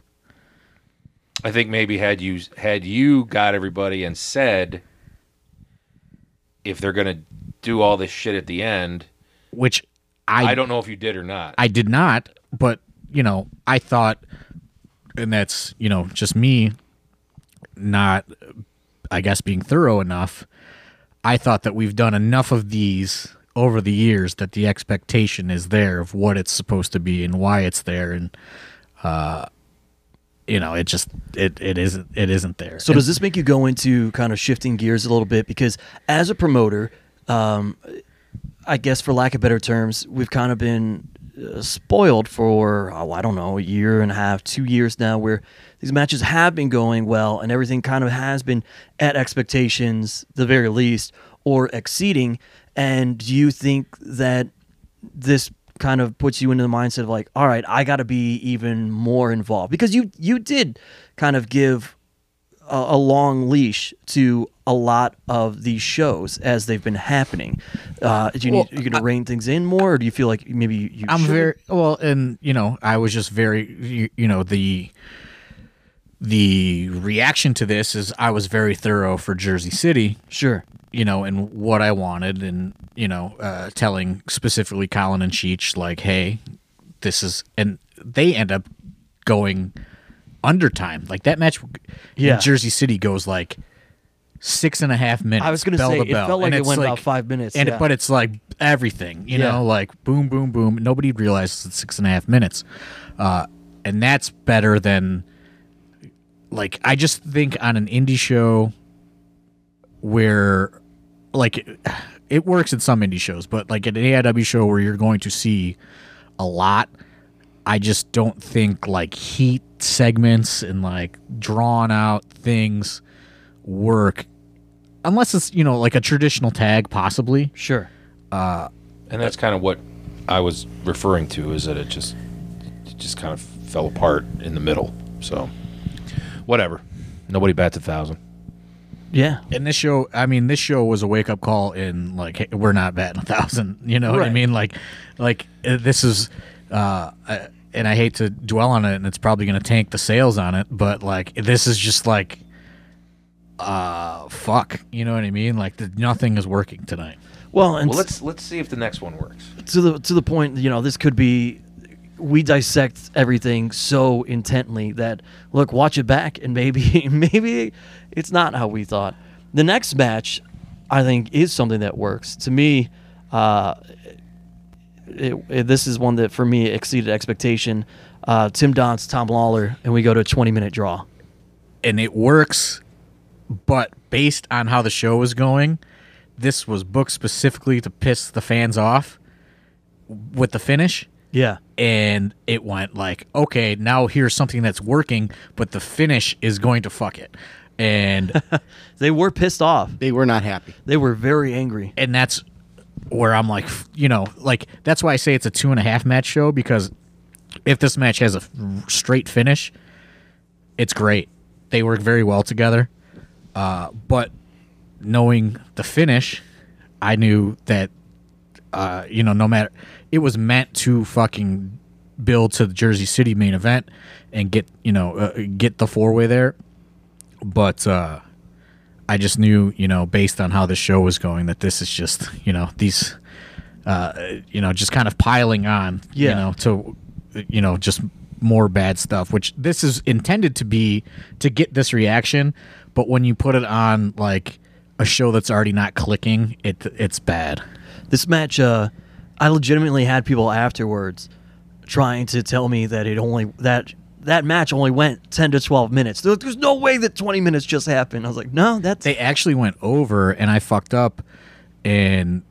i think maybe had you had you got everybody and said if they're gonna do all this shit at the end Which I i, don't know if you did or not I did not, but you know, I thought, and that's you know just me, not, I guess, being thorough enough. I thought that we've done enough of these over the years that the expectation is there of what it's supposed to be and why it's there, and uh, you know, it just it it isn't it isn't there. So does this make you go into kind of shifting gears a little bit? Because as a promoter, um, I guess for lack of better terms, we've kind of been uh, spoiled for oh, I don't know a year and a half, two years now, where these matches have been going well and everything kind of has been at expectations, the very least, or exceeding. And do you think that this kind of puts you into the mindset of like, all right, I got to be even more involved because you you did kind of give a, a long leash to a lot of these shows as they've been happening. Uh, do you Well, need, you going to rein things in more, or do you feel like maybe you? you I'm shouldn't? very well, and you know, I was just very, you, you know, the the reaction to this is I was very thorough for Jersey City, sure. you know, and what I wanted, and you know, uh, telling specifically Colin and Cheech like, hey, this is, and they end up going undertime. Like that match Yeah. in Jersey City goes like six and a half minutes. I was gonna bell say, to it bell. felt like And it it's went about five minutes, And yeah. but it's like everything, you Yeah. know, like boom, boom, boom. Nobody realizes it's six and a half minutes, uh, and that's better than like I just think on an indie show where like it, it works in some indie shows, but like at an AIW show where you're going to see a lot, I just don't think like heat segments and like drawn out things work unless it's you know like a traditional tag possibly. Sure. and that's kind of what I was referring to is that it just it just kind of fell apart in the middle. So whatever. Nobody bats a thousand. Yeah. And this show, I mean, this show was a wake up call in like hey, we're not batting a thousand. You know what I Right. mean? Like, like uh, this is, uh, uh, and I hate to dwell on it, and it's probably going to tank the sales on it, but like this is just like, uh, fuck. You know what I mean? Like the, nothing is working tonight. Well, and Well, let's let's see if the next one works. to the to the point, you know, this could be we dissect everything so intently that look, watch it back and maybe maybe it's not how we thought. The next match, I think, is something that works. To me, uh, it, it- this is one that for me exceeded expectation. Uh, Tim Don's Tom Lawler, and we go to a 20 minute draw. and it works, but based on how the show is going, this was booked specifically to piss the fans off with the finish. Yeah. And it went like, okay, now here's something that's working, but the finish is going to fuck it. And They were pissed off. They were not happy. They were very angry. and that's where I'm like, f- you know, like that's why I say it's a two and a half match show because if this match has a f- straight finish, it's great. They work very well together. Uh, but knowing the finish, I knew that, uh, you know, no matter, it was meant to fucking build to the Jersey City main event and get, you know, uh, get the four way there. But, uh, I just knew, you know, based on how the show was going, that this is just, you know, these, uh, you know, just kind of piling on, you Yeah. know, to, you know, just more bad stuff. Which this is intended to be to get this reaction, but when you put it on like a show that's already not clicking, it it's bad. This match, uh, I legitimately had people afterwards trying to tell me that it only that that match only went ten to twelve minutes. They're like, There's no way that twenty minutes just happened. I was like, no, that's They actually went over, and I fucked up, and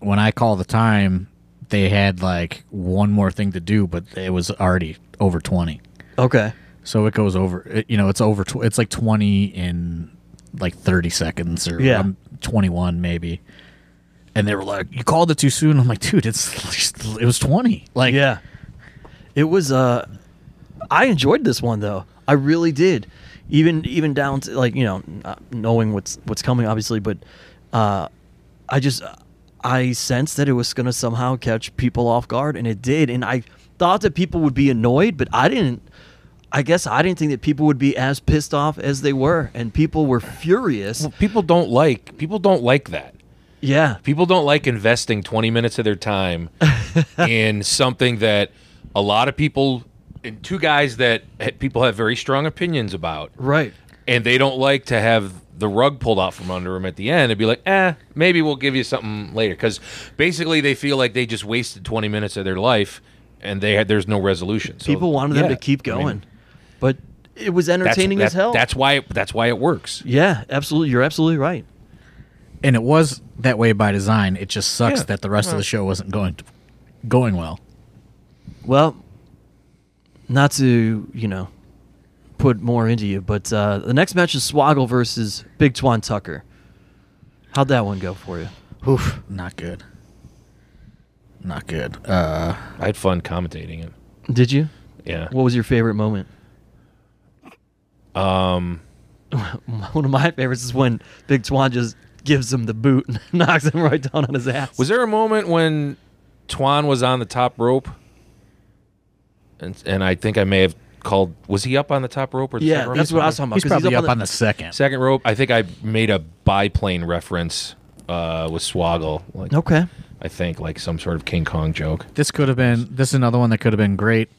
when I call the time, they had like one more thing to do, but it was already over twenty. okay. So it goes over. It, you know, it's over. Tw- it's like twenty in like thirty seconds or Yeah. um, twenty-one maybe. And they were like, "You called it too soon." I'm like, "Dude, it's it was twenty. Like, Yeah, it was. Uh, I enjoyed this one though. I really did. Even even down to like you know not knowing what's what's coming obviously, but uh, I just I sensed that it was gonna somehow catch people off guard, and it did. And I thought that people would be annoyed, but I didn't. I guess I didn't think that people would be as pissed off as they were, and people were furious. People don't like people don't like that. Yeah, People don't like investing 20 minutes of their time in something that a lot of people and two guys that ha- people have very strong opinions about. right. and they don't like to have the rug pulled out from under them at the end and be like, eh, maybe we'll give you something later. Because basically, they feel like they just wasted 20 minutes of their life and they had there's no resolution. So, People wanted them yeah, to keep I mean, going, but it was that's, entertaining that- as hell. That's why it, that's why it works. yeah, absolutely. You're absolutely right. and it was that way by design. It just sucks Yeah. that the Uh-huh. rest of the show wasn't going going well. Well, not to, you know, put more into you, but uh, the next match is Swoggle versus Big Twan Tucker. How'd that one go for you? Oof. Not good. Not good. Uh, I had fun commentating it. Did you? Yeah. What was your favorite moment? Um, One of my favorites is when Big Twan just gives him the boot and knocks him right down on his ass. was there a moment when Twan was on the top rope? And, and I think I may have called. Was he up on the top rope or the Yeah, second rope? that's what I was talking about. he's 'cause probably up, on on the second. Second rope. I think I made a biplane reference uh, with Swoggle. Like, Okay. I think like some sort of King Kong joke. This could have been. This is another one that could have been great.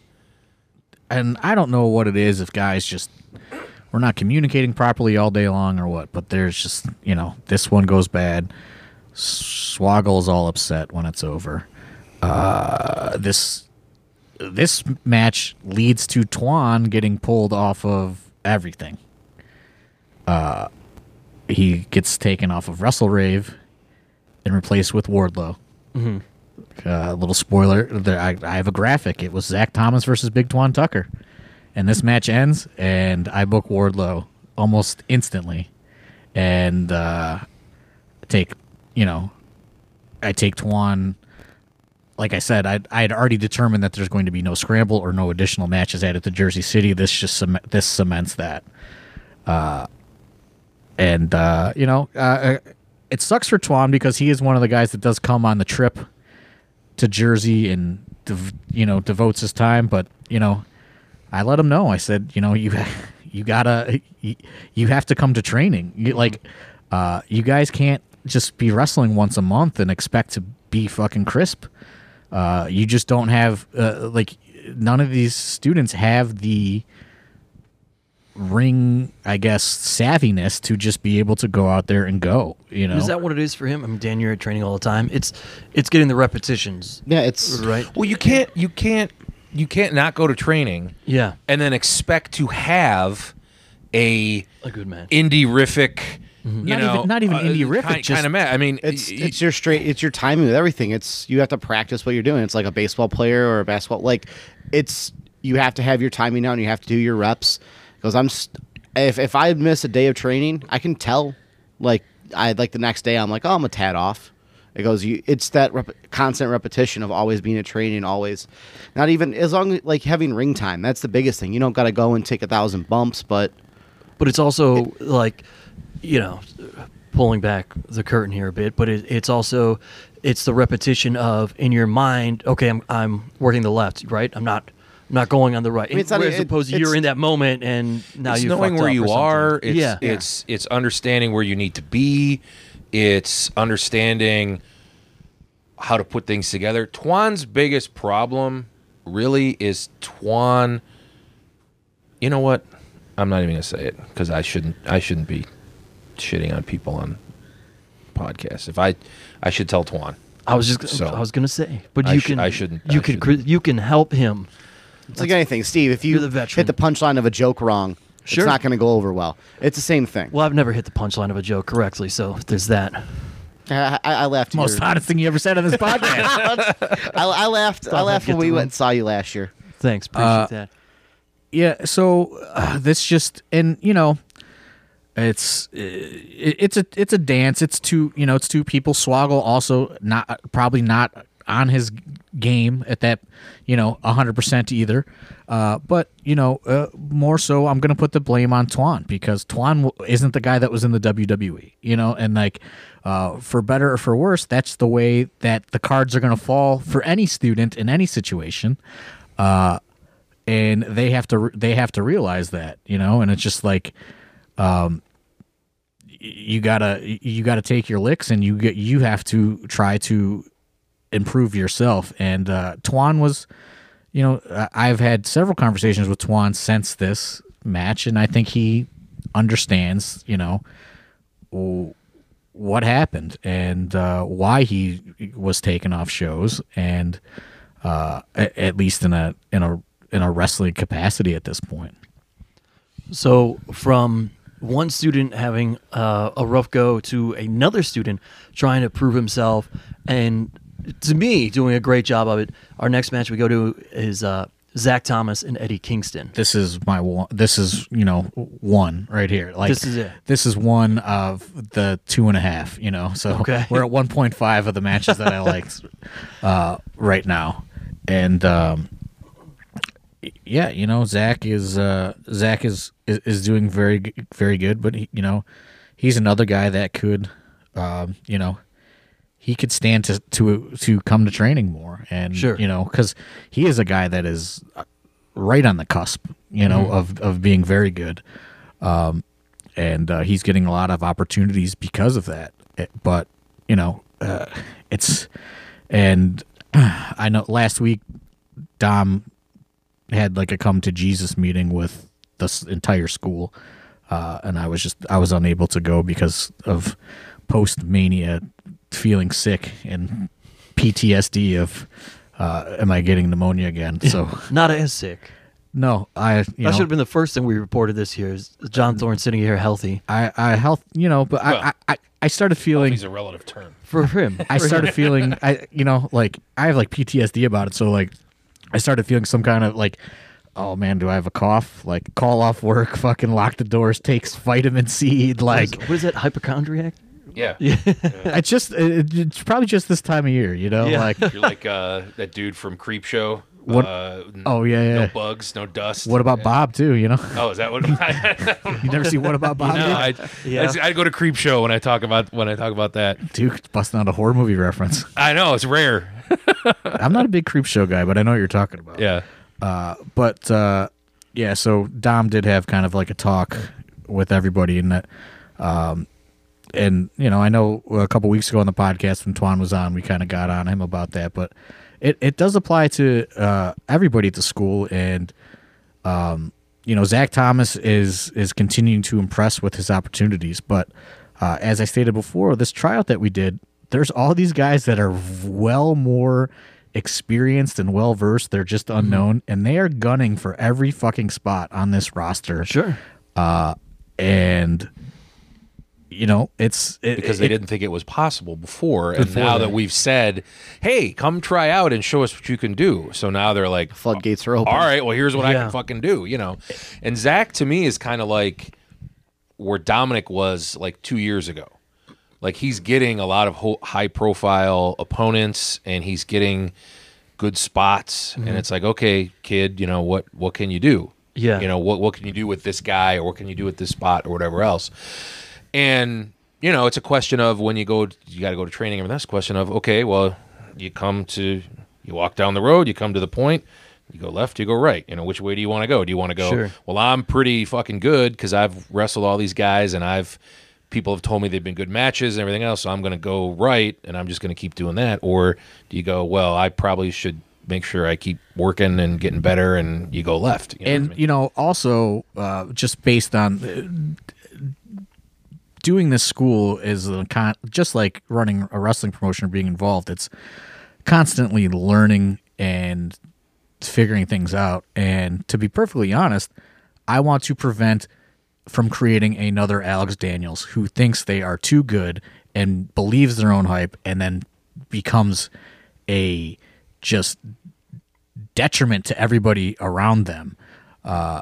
and I don't know what it is if guys just we're not communicating properly all day long or what, but there's just you know this one goes bad. Swaggle's all upset when it's over. Uh, this this match leads to Twan getting pulled off of everything. Uh, he gets taken off of Wrestle Rave and replaced with Wardlow. Uh, little spoiler: there, I, I have a graphic. It was Zach Thomas versus Big Twan Tucker, and this match ends, and I book Wardlow almost instantly, and uh, take you know, I take Twan. Like I said, I I had already determined that there's going to be no scramble or no additional matches added to Jersey City. This just cem- this cements that Uh, and uh, you know, uh, it sucks for Twan because he is one of the guys that does come on the trip to Jersey and dev- you know devotes his time. But you know, I let him know. I said, you know, you you gotta you, you have to come to training. You, Mm-hmm. like, uh, you guys can't just be wrestling once a month and expect to be fucking crisp. Uh, you just don't have uh, like none of these students have the ring, I guess, savviness to just be able to go out there and go. You know, Is that what it is for him? I mean, Dan, you're at training all the time. It's it's getting the repetitions, Yeah, it's right? Well, you can't you can't you can't not go to training Yeah, and then expect to have a a good man. indie rific. You Mm-hmm. Not know, uh, even- not even indie-rific, kind, just- of mad. I mean, it's y- y- it's your straight it's your timing with everything. It's you have to practice what you're doing. It's like a baseball player or a basketball like it's you have to have your timing down. You have to do your reps because I'm st- if if I miss a day of training, I can tell like I like the next day I'm like oh I'm a tad off. It goes you it's that rep- constant repetition of always being at training, always not even as long like having ring time. That's the biggest thing. You don't got to go and take a thousand bumps, but but it's also like you know pulling back the curtain here a bit but it, it's also it's the repetition of in your mind okay i'm, I'm working the left right i'm not I'm not going on the right mean, it's not- as it- opposed to you're it's- in that moment and now it's you knowing where you are. It's, yeah it's it's understanding where you need to be. It's understanding how to put things together. Twan's biggest problem really is Twan. You know what? I'm not even gonna say it because I shouldn't. I shouldn't be shitting on people on podcasts. If I, I should tell Twan. i was just So- i was gonna say but I you sh- can I shouldn't- you I can cri- shouldn't. you can help him It's like anything, Steve. If you You're the veteran. hit the punchline of a joke wrong, Sure. it's not going to go over well. It's the same thing. well i've never hit the punchline of a joke correctly so there's that I, I, I laughed. at most your- honest thing you ever said on this podcast. I, I laughed. I I'd laughed get when we the went one. and saw you last year. thanks appreciate Uh, that yeah, so uh, this just and you know, it's uh, it, it's a it's a dance. It's two you know it's two people. Swoggle also not probably not on his game at that you know hundred percent either. Uh, but you know uh, more so, I'm gonna put the blame on Twan because Twan w- isn't the guy that was in the WWE. You know, and like uh, for better or for worse, that's the way that the cards are gonna fall for any student in any situation and they have to they have to realize that you know and it's just like um y- you gotta you gotta take your licks and you get you have to try to improve yourself and uh Twan was you know I- I've had several conversations with Twan since this match and I think he understands you know what happened and uh, why he was taken off shows and uh, a- at least in a in a in a wrestling capacity at this point. So, from one student having uh, a rough go to another student trying to prove himself, and to me, doing a great job of it. Our next match we go to is uh, Zach Thomas and Eddie Kingston. This is my one. This is you know one right here. Like This is it. This is one of the two and a half. You know, so Okay. we're at one point five of the matches that I liked uh, right now, and um, yeah, you know, Zach is uh, Zach is, is is doing very g- very good, but he, you know, he's another guy that could, um, you know, he could stand to to to come to training more, and Sure. you know, because he is a guy that is uh, right on the cusp, you know, of of being very good, um, and uh, he's getting a lot of opportunities because of that. It- but you know, uh, it's and I know last week Dom had like a come to Jesus meeting with this entire school, uh, and I was just I was unable to go because of post mania feeling sick and PTSD of uh, am I getting pneumonia again? So Not as sick. no, I you That know, should have been the first thing we reported this year. Is John Thorne sitting here healthy I I health you know, but I Well- I, I I started feeling He's a relative term. for him? I For him. started feeling I you know like I have like PTSD about it so like I started feeling some kind of like oh man do I have a cough like call off work fucking lock the doors takes vitamin C like what is that hypochondriac? Yeah. it's just it, it's probably just this time of year you know Yeah. like You're like uh, that dude from Creep Show. What- Uh, n- oh yeah yeah No bugs, no dust. what about Bob too you know Oh, is that what? no, you never see what about Bob dude? I, Yeah. I, I go to Creep Show when I talk about when I talk about that. Duke busting out a horror movie reference I know it's rare. I'm not a big creep show guy but I know what you're talking about Yeah. but uh, yeah, so Dom did have kind of like a talk with everybody in that. Um, and you know, I know a couple weeks ago on the podcast when Twan was on, we kind of got on him about that, but it, it does apply to uh, everybody at the school. And um, you know, Zach Thomas is is continuing to impress with his opportunities, but uh, as I stated before, this tryout that we did, there's all these guys that are well more experienced and well versed. They're just Mm-hmm. unknown, and they are gunning for every fucking spot on this roster. Sure. and you know it's it, Because it- they didn't think it was possible before, and now that we've said, "Hey, come try out and show us what you can do," so now they're like, Floodgates are open. All right, well, here's what I Yeah. can fucking do, you know. And Zach to me is kind of like where Dominic was like two years ago. Like he's getting a lot of ho- high profile opponents, and he's getting good spots, Mm-hmm. and it's like, okay, kid, you know what? What can you do? Yeah. you know what? What can you do with this guy, or what can you do with this spot, or whatever else? And you know, it's a question of when you go, you got to go to training. And that's a question of okay, well, you come to, you walk down the road, you come to the point, you go left, you go right. You know, which way do you want to go? Do you want to go? Sure. Well, I'm pretty fucking good because I've wrestled all these guys, and I've people have told me they've been good matches and everything else. So I'm going to go right, and I'm just going to keep doing that. Or do you go? Well, I probably should make sure I keep working and getting better, and you go left. You know what I and mean? you know also uh, just based on uh, doing this school is a con- just like running a wrestling promotion or being involved it's constantly learning and figuring things out and to be perfectly honest i want to prevent from creating another alex daniels who thinks they are too good and believes their own hype and then becomes a just detriment to everybody around them.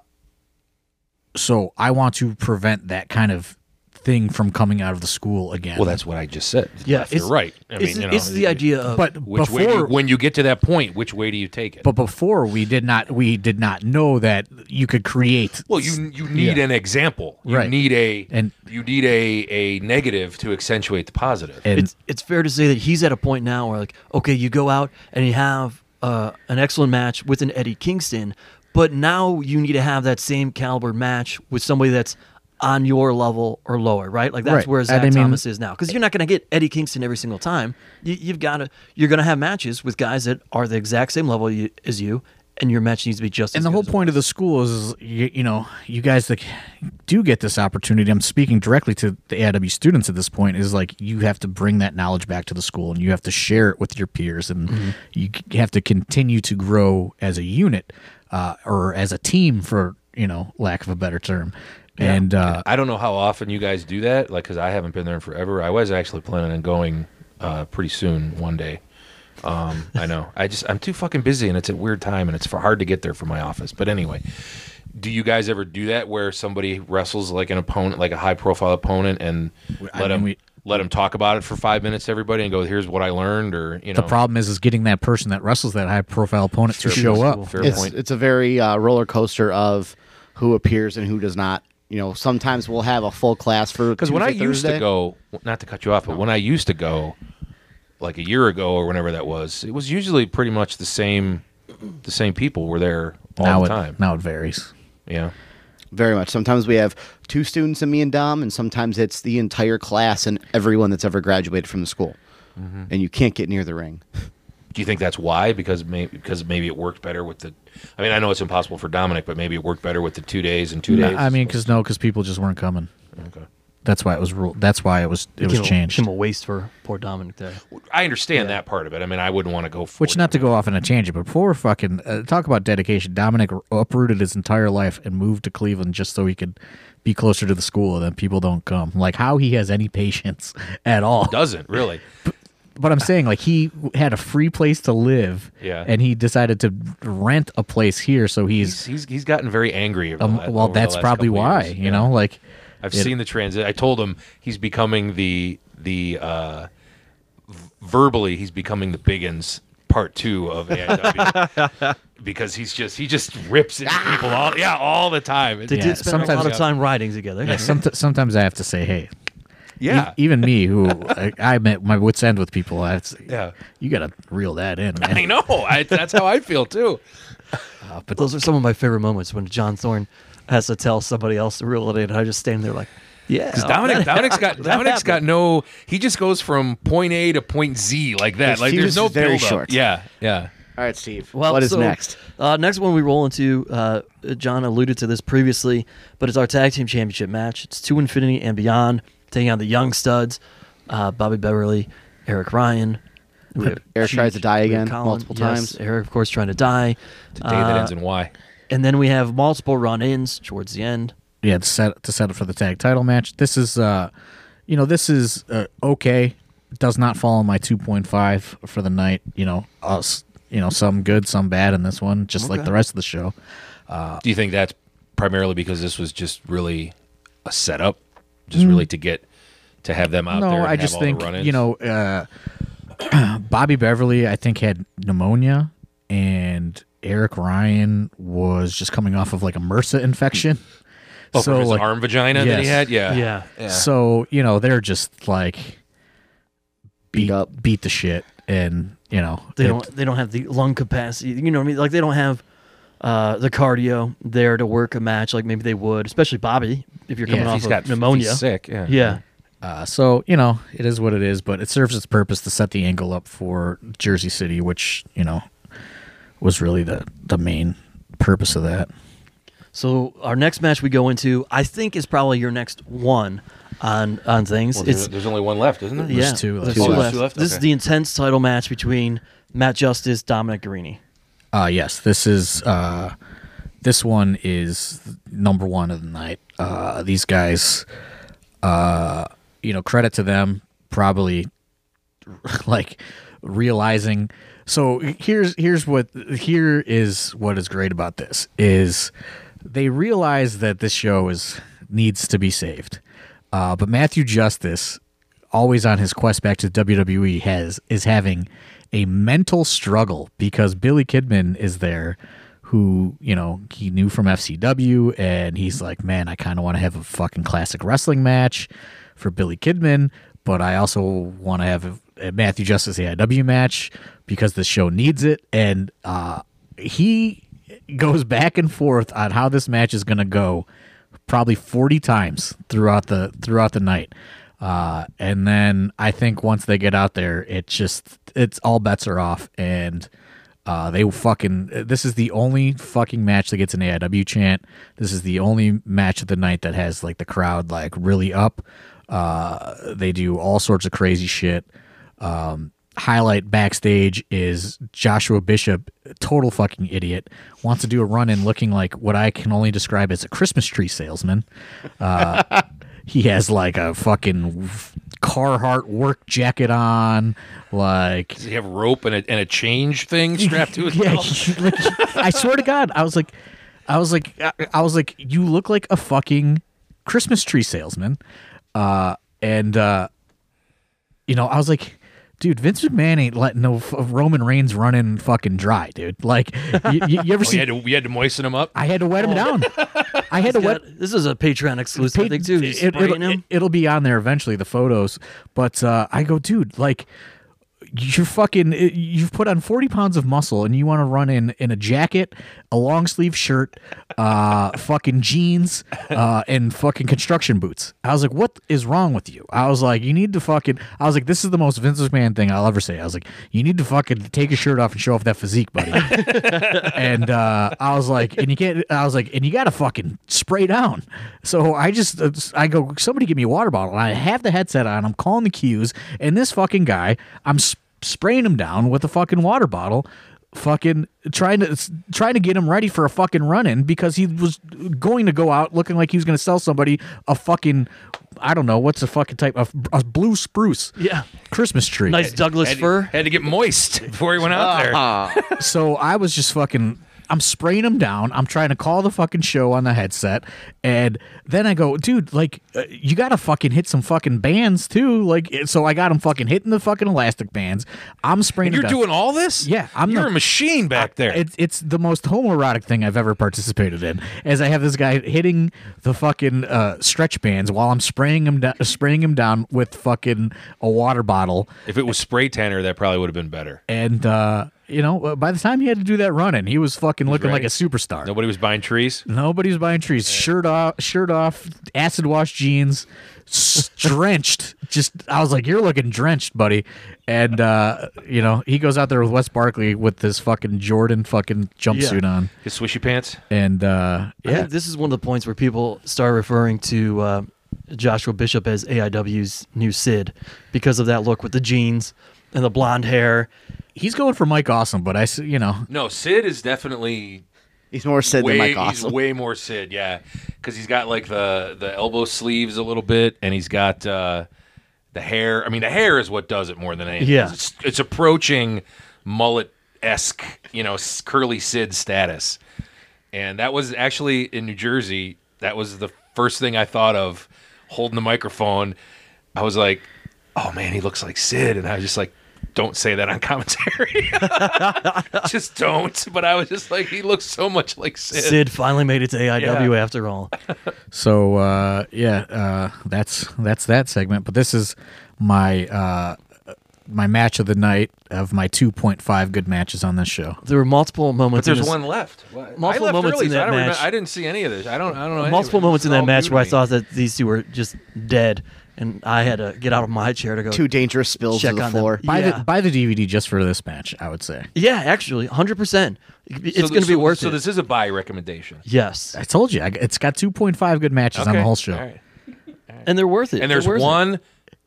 Uh, so I want to prevent that kind of thing from coming out of the school again. well, that's what I just said. Yeah, Left, you're right. I it's, mean, you know, it's the idea of but Which way do you, before, when you get to that point, which way do you take it? but before we did not, we did not know that you could create. Well, you you need an example. You Right. need a And- you need a a negative to accentuate the positive. and it's it's fair to say that he's at a point now where like okay you go out and you have uh, an excellent match with an Eddie Kingston but now you need to have that same caliber match with somebody that's on your level or lower right like that's Right. where And Zach I mean- Thomas is now because you're not going to get Eddie Kingston every single time you, you've got to you're going to have matches with guys that are the exact same level you, as you and your match needs to be just as and the good whole as point of the school is, is you, you know you guys like do get this opportunity i'm speaking directly to the aiw students at this point is like you have to bring that knowledge back to the school and you have to share it with your peers and Mm-hmm. you c- have to continue to grow as a unit uh, or as a team for you know lack of a better term and uh, I don't know how often you guys do that, like because I haven't been there in forever. I was actually planning on going uh, pretty soon one day. Um, I know. I just I'm too fucking busy, and it's a weird time, and it's for hard to get there from my office. But anyway, do you guys ever do that where somebody wrestles like an opponent, like a high profile opponent, and I let mean, them we- let them talk about it for five minutes to everybody, and go, "Here's what I learned," or you know, the problem is is getting that person that wrestles that high profile opponent to show up Fair it's, point. it's a very uh, roller coaster of who appears and who does not. You know, sometimes we'll have a full class for Because when I Tuesday, used to Thursday. go, not to cut you off, but when I used to go, like a year ago or whenever that was, it was usually pretty much the same. The same people were there all now the it, time. now it varies Yeah, very much. Sometimes we have two students and me and Dom, and sometimes it's the entire class and everyone that's ever graduated from the school, and you can't get near the ring. Do you think that's why? Because maybe because maybe it worked better with the. I mean, I know it's impossible for Dominic, but maybe it worked better with the two days and two days. I mean, because no, because people just weren't coming. Okay. That's why it was ruled. That's why it was it was Became a- changed. became a waste for poor Dominic there. I understand that part of it. I mean, I wouldn't want to go. For Which, not to go off on a tangent, but before fucking uh, talk about dedication, Dominic uprooted his entire life and moved to Cleveland just so he could be closer to the school, and then people don't come. Like how he has any patience at all. doesn't really. But I'm saying, like he w- had a free place to live, Yeah. and he decided to rent a place here, so he's. He's he's, he's gotten very angry. over um, the la- well, over the that's last probably couple why, years. you Yeah. know, like I've it- seen the transit. I told him he's becoming the the uh, v- verbally he's becoming the Biggins part two of AIW because he's just he just rips into people all yeah all the time. It's- They Yeah, did spend a lot sometimes- of time riding together. Somet- sometimes I have to say, hey, yeah. e- even me who I, I met my wits end with people. I have to, Yeah. you got to reel that in, man. I know. I, that's how I feel too. But those are some of my favorite moments when John Thorne has to tell somebody else to reel it in. And I just stand there like, yeah. Because Dominic, Dominic's got Dominic's got no. He just goes from point A to point Z like that. His Like fuse there's no is very build up. short. Yeah, yeah. All right, Steve. Well, what is so, next? Uh, next one we roll into. Uh, John alluded to this previously, but it's our tag team championship match. It's to infinity and beyond, taking on the young studs, uh, Bobby Beverly, Eric Ryan. We have Eric tries to die we have again multiple Yes, times. Eric, of course, trying to die. The day that Uh, ends in Y. and then we have multiple run-ins towards the end. yeah, to set to set up for the tag title match. This is, uh, you know, this is uh, okay. It does not fall on my two point five for the night. You know, us. You know, some good, some bad in this one, just like Okay. the rest of the show. Do you think that's primarily because this was just really a setup, just really to get to have them out Mm. no, there? and I have just all the think run-ins? you know, uh, Bobby Beverly, I think had pneumonia, and Eric Ryan was just coming off of like a MRSA infection. Oh, from his like, arm vagina that he Yes. had. Uh, Yeah, so you know, they're just like beat, up. beat the shit, and you know, They it- don't. They don't have the lung capacity. You know what I mean? Like they don't have uh, the cardio there to work a match like maybe they would, especially Bobby if you're Yeah, coming uh, if off He's of got he's pneumonia. sick. Yeah. Yeah. Uh, so you know, it is what it is, but it serves its purpose to set the angle up for Jersey City, which you know was really the the main purpose of that. So our next match we go into, I think, is probably your next one on on things. Well, it's there's, there's only one left, isn't there? yeah, two left. there's Two left. Two left? This is Okay. the intense title match between Matt Justice, Dominic Guarini. Uh yes, this is uh this one is number 1 of the night. Uh these guys uh you know, credit to them probably like realizing so here's here's what here is what is great about this is they realize that this show is needs to be saved. Uh, but Matthew Justice, always on his quest back to WWE, has is having a mental struggle because Billy Kidman is there, who you know he knew from FCW, and he's like, man, I kind of want to have a fucking classic wrestling match for Billy Kidman, but I also want to have a, a Matthew Justice AIW match because this show needs it, and uh, he goes back and forth on how this match is going to go probably 40 times throughout the throughout the night uh, and then i think once they get out there it just it's all bets are off and uh, they fucking this is the only fucking match that gets an aiw chant this is the only match of the night that has like the crowd like really up uh, they do all sorts of crazy shit Um, highlight backstage is Joshua Bishop, total fucking idiot, wants to do a run in looking like what I can only describe as a Christmas tree salesman. Uh, he has like a fucking Carhartt work jacket on, like. Does he have rope and a, and a change thing strapped to his Yeah, belt? like, I swear to God, I was like, I was like, I, I was like, you look like a fucking Christmas tree salesman, uh, and uh, you know, I was like, dude, Vince McMahon ain't letting no f- Roman Reigns run in fucking dry, dude. Like, you, you, you ever Oh, see? you, had to, Oh. you had to moisten him up. I had to wet him down. I had to wet. God, this is a Patreon exclusive thing Peyton- too. Just it, spraying will him. be on there eventually, the photos. But uh, I go, dude, like you're fucking you've put on 40 pounds of muscle and you want to run in in a jacket a long sleeve shirt uh fucking jeans uh and fucking construction boots i was like what is wrong with you i was like you need to fucking i was like this is the most vince mcmahon thing i'll ever say i was like you need to fucking take your shirt off and show off that physique buddy and uh i was like and you can't i was like and you gotta fucking spray down so i just uh, i go somebody give me a water bottle and i have the headset on i'm calling the cues and this fucking guy i'm sp- spraying him down with a fucking water bottle fucking trying to s- trying to get him ready for a fucking run in because he was going to go out looking like he was going to sell somebody a fucking I don't know what's a fucking type of a blue spruce Yeah. Christmas tree. Nice Douglas Had to- fur. had to get moist before he went out there. Ah. So I was just fucking. I'm spraying him down. I'm trying to call the fucking show on the headset, and then I go, dude, like uh, you gotta fucking hit some fucking bands too. Like, it- so I got him fucking hitting the fucking elastic bands. I'm spraying. And him you're down. doing all this? Yeah, I'm You're the- a machine back there. It's it's the most homoerotic thing I've ever participated in. As I have this guy hitting the fucking uh, stretch bands while I'm spraying him down, spraying him down with fucking a water bottle. if it was spray tanner, that probably would have been better. And uh, you know, by the time he had to do that running, he was fucking looking like ready. a superstar. Nobody was buying trees. Nobody's buying trees. Shirt off, shirt off, acid wash jeans, s- drenched. Just I was like, you're looking drenched, buddy. And uh, you know, he goes out there with Wes Barkley with this fucking Jordan fucking jumpsuit Yeah. on, His swishy pants. and uh, I yeah, think this is one of the points where people start referring to uh, Joshua Bishop as AIW's new Sid because of that look with the jeans and the blonde hair. he's going for Mike Awesome, but I, s- you know, No, Sid is definitely He's more said than way Mike he's Awesome. way more Sid, yeah, because he's got like the the elbow sleeves a little bit, and he's got uh, the hair. I mean, the hair is what does it more than anything. Yeah. it's, it's approaching mullet esque, you know, s- curly Sid status, and that was actually in New Jersey. That was the first thing I thought of holding the microphone. I was like, "Oh man, he looks like Sid," and I was just like. Don't say that on commentary. just don't. But I was just like, he looks so much like Sid finally made it to AIW Yeah. after all. so uh, yeah, uh, that's that's that segment. But this is my uh, my match of the night of my 2.5 good matches on this show. There were multiple moments. in There's this- one left. Multiple I left moments early, in so that I don't remem- match- I didn't see any of this. I don't. I don't know. any multiple of it. moments This is in that all match new to where I me. thought that these two were just dead, and I had to get out of my chair to go. Two dangerous spills Check to the on them. floor. Buy Yeah. the buy the DVD just for this match, I would say. Yeah, actually, hundred percent. It's So going to th- be so- worth So it. this is a buy recommendation. yes, I told you, I g it's got 2.5 good matches on the Okay. whole show. All right. and they're worth it. And They're there's worth it. one.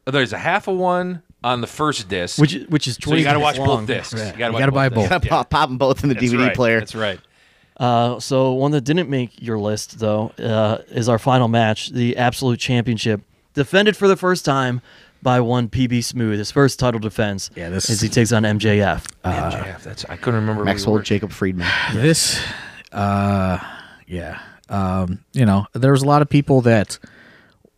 There's a half a one on the first disc. which which is so twenty. you got to watch minutes long. both discs. You You got to gotta buy both. Discs. Gotta pop, pop 'em both in the That's DVD right. player. That's right. Uh, so one that didn't make your list though uh, is our final match, the Absolute Championship, defended for the first time by one PB Smooth, his first title defense. Yeah, this- as he takes on MJF. MJF, that's I couldn't remember. who we Maxwell were. Jacob Friedman. This, uh, yeah, um, you know, there was a lot of people that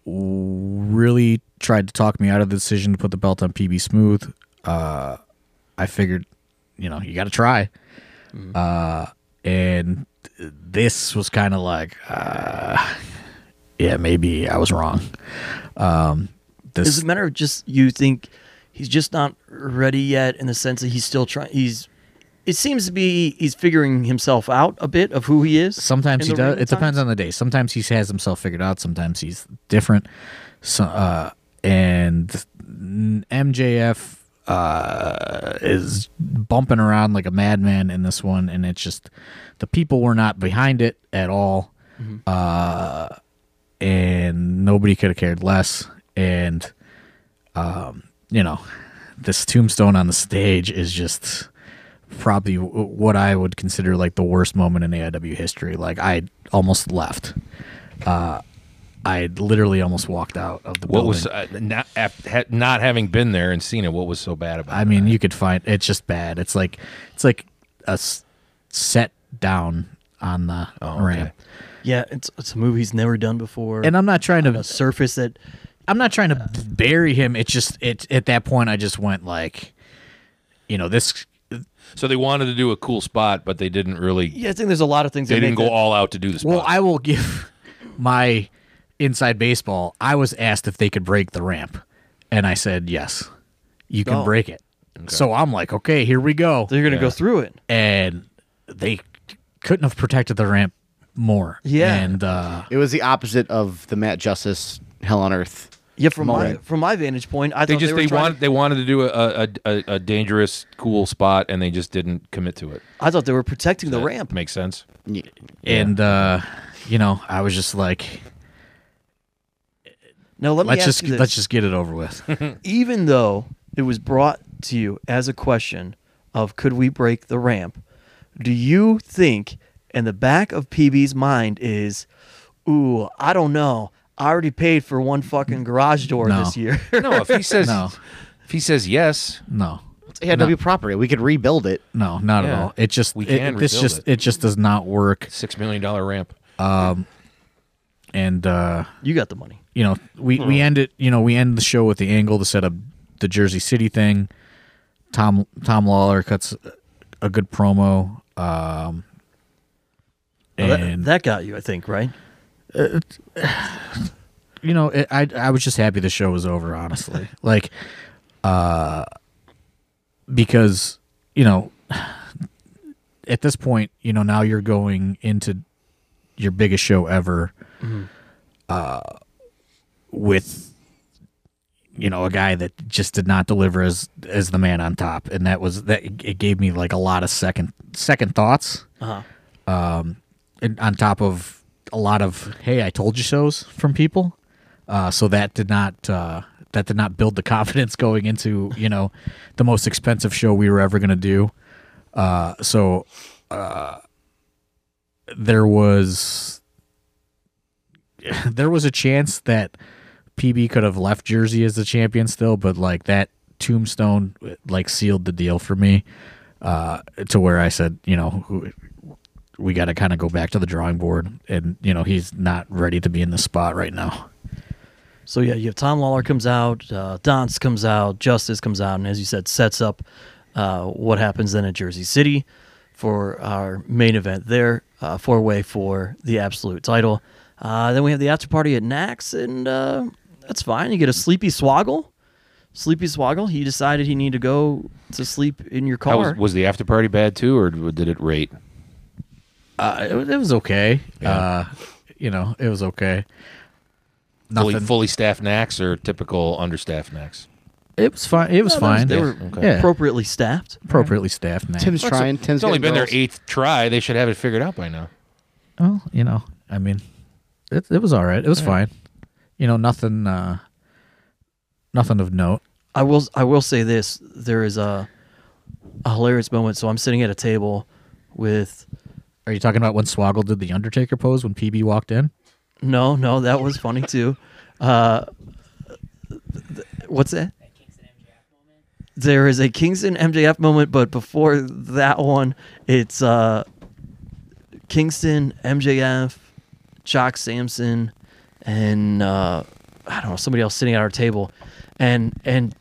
really tried to talk me out of the decision to put the belt on PB Smooth. Uh, I figured, you know, you got to try. Mm-hmm. Uh, and this was kind of like, uh, yeah, maybe I was wrong. Um, this Is it a matter of just you think he's just not ready yet in the sense that he's still trying? He's it seems to be he's figuring himself out a bit of who he is. Sometimes in he the does. ring It at depends times. on the day. Sometimes he has himself figured out. Sometimes he's different. So, uh, and n- MJF uh, is bumping around like a madman in this one, and it's just the people were not behind it at all, Mm-hmm. uh, and nobody could have cared less. And um, you know, this tombstone on the stage is just probably w- what I would consider like the worst moment in AIW history. Like I almost left. Uh, I literally almost walked out of the What building. was uh, not af- ha- not having been there and seen it? What was so bad about? I it? mean, you could find it's just bad. It's like it's like a s- set down on the Oh, ramp. yeah, it's it's a movie he's never done before, And I'm not trying to a surface that I'm not trying to bury him. It's just it at that point I just went like you know, this so they wanted to do a cool spot, but they didn't really. yeah, I think there's a lot of things they that didn't make go that- all out to do the spot. Uh, well, I will give my inside baseball. I was asked if they could break the ramp and I said yes. You can Oh. break it. So I'm like, okay, here we go. They're gonna go through it. And they couldn't have protected the ramp more. Yeah. And uh, It was the opposite of the Matt Justice Hell on Earth. Yeah, from my Moment. from my vantage point, I They thought just they were they, trying. wanted they wanted to do a, a, a, a dangerous cool spot and they just didn't commit to it. I thought they were protecting the That ramp. makes sense. Yeah. and uh, you know, I was just like, Now let me let's ask just you this. let's just get it over with. even though it was brought to you as a question of could we break the ramp, do you think in the back of PB's mind is, ooh, I don't know. I already paid for one fucking garage door No. this year. No, if he says No. if he says yes, no. It's AIW property. We could rebuild it. No, not at Yeah. all. It just We it- can this rebuild just it. it just does not work. six million dollar ramp. And uh, you got the money. you know, we we end it. You know, we end the show with the angle to set up the Jersey City thing. Tom Tom Lawler cuts a good promo. Um, Now and that, that got you, I think, right? you know, it, I I was just happy the show was over. Honestly, like, uh, because you know, at this point, you know, now you're going into your biggest show ever, uh, with you know a guy that just did not deliver as as the man on top, and that was that. It gave me like a lot of second second thoughts. Uh-huh. and on top of a lot of hey i told you so's from people uh, so that did not uh, that did not build the confidence going into you know the most expensive show we were ever going to do uh, so uh, there was there was a chance that pb could have left jersey as the champion still but like that tombstone like sealed the deal for me uh, to where i said you know who, we got to kind of go back to the drawing board and you know he's not ready to be in this spot right now So yeah, you have Tom Lawler comes out, uh, Donce comes out, Justice comes out, and as you said, sets up uh, what happens then at Jersey City for our main event there, uh, four way for the absolute title. Uh, then we have the after party at Nax, and uh, that's fine. You get a sleepy swoggle. Sleepy swoggle. He decided he needed to go to sleep in your car. How was, was the after party bad too, or did it rate? uh, it, was- it was okay uh, you know it was okay nothing Fully, fully staffed knacks or typical understaffed knacks? it was fine it was No, they was- fine they Yeah. were Okay. yeah, appropriately staffed. appropriately staffed man Tim's trying. Tim's It's only getting been their girls. eighth try. They should have it figured out by now. well you know i mean it, it was all right it was fine you know nothing uh nothing of note I will I will say this: there is a, a hilarious moment. So I'm sitting at a table with are you talking about when swoggle did the undertaker pose when pb walked in No, no, that was funny too. Uh, th- what's that? There is a Kingston MJF moment, but before that one, it's uh, Kingston, MJF, Jock Sampson, and uh, I don't know somebody else sitting at our table, and and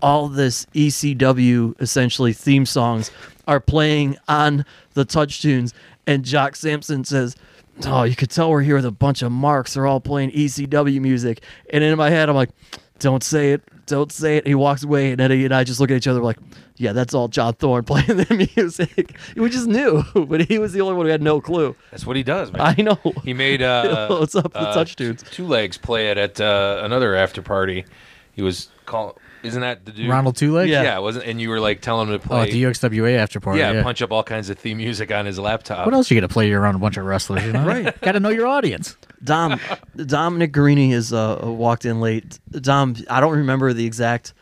all this ECW essentially theme songs are playing on the touch tunes, and Jock Sampson says, "Oh, you could tell we're here with a bunch of marks. They're all playing ECW music." And in my head, I'm like, "Don't say it." Don't say it. He walks away, and Eddie and I just look at each other like, "Yeah, that's all John Thorne playing the music." We just knew, but he was the only one who had no clue. That's what he does, man. I know. He made uh, What's up with uh, touch dudes? Two legs play it at uh, another after party. He was call. Isn't that the dude? ronald two legs Yeah. Yeah, wasn't and you were like telling him to oh play. at the uxwa after party yeah, yeah. punch up all kinds of theme music on his laptop. What else you gonna play around a bunch of wrestlers? You know? Right. Got to know your audience. Dom Dominic Garini is uh, walked in late. Dom, I don't remember the exact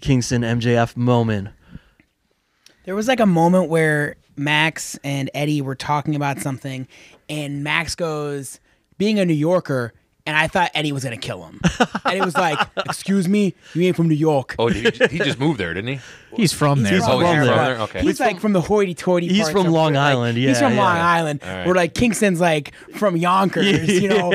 Kingston MJF moment. There was like a moment where Max and Eddie were talking about something, and Max goes, being a New Yorker, and I thought Eddie was going to kill him. and it was like, excuse me, you ain't from New York. Oh, did he, he just moved there, didn't he? He's from there. from- though. he's there, from there? but Okay. He's, He's like from the hoity-toity. he's parts from of- Long like, Island, he's yeah, from Long yeah. Island. right. Where like Kingston's like from Yonkers, you know,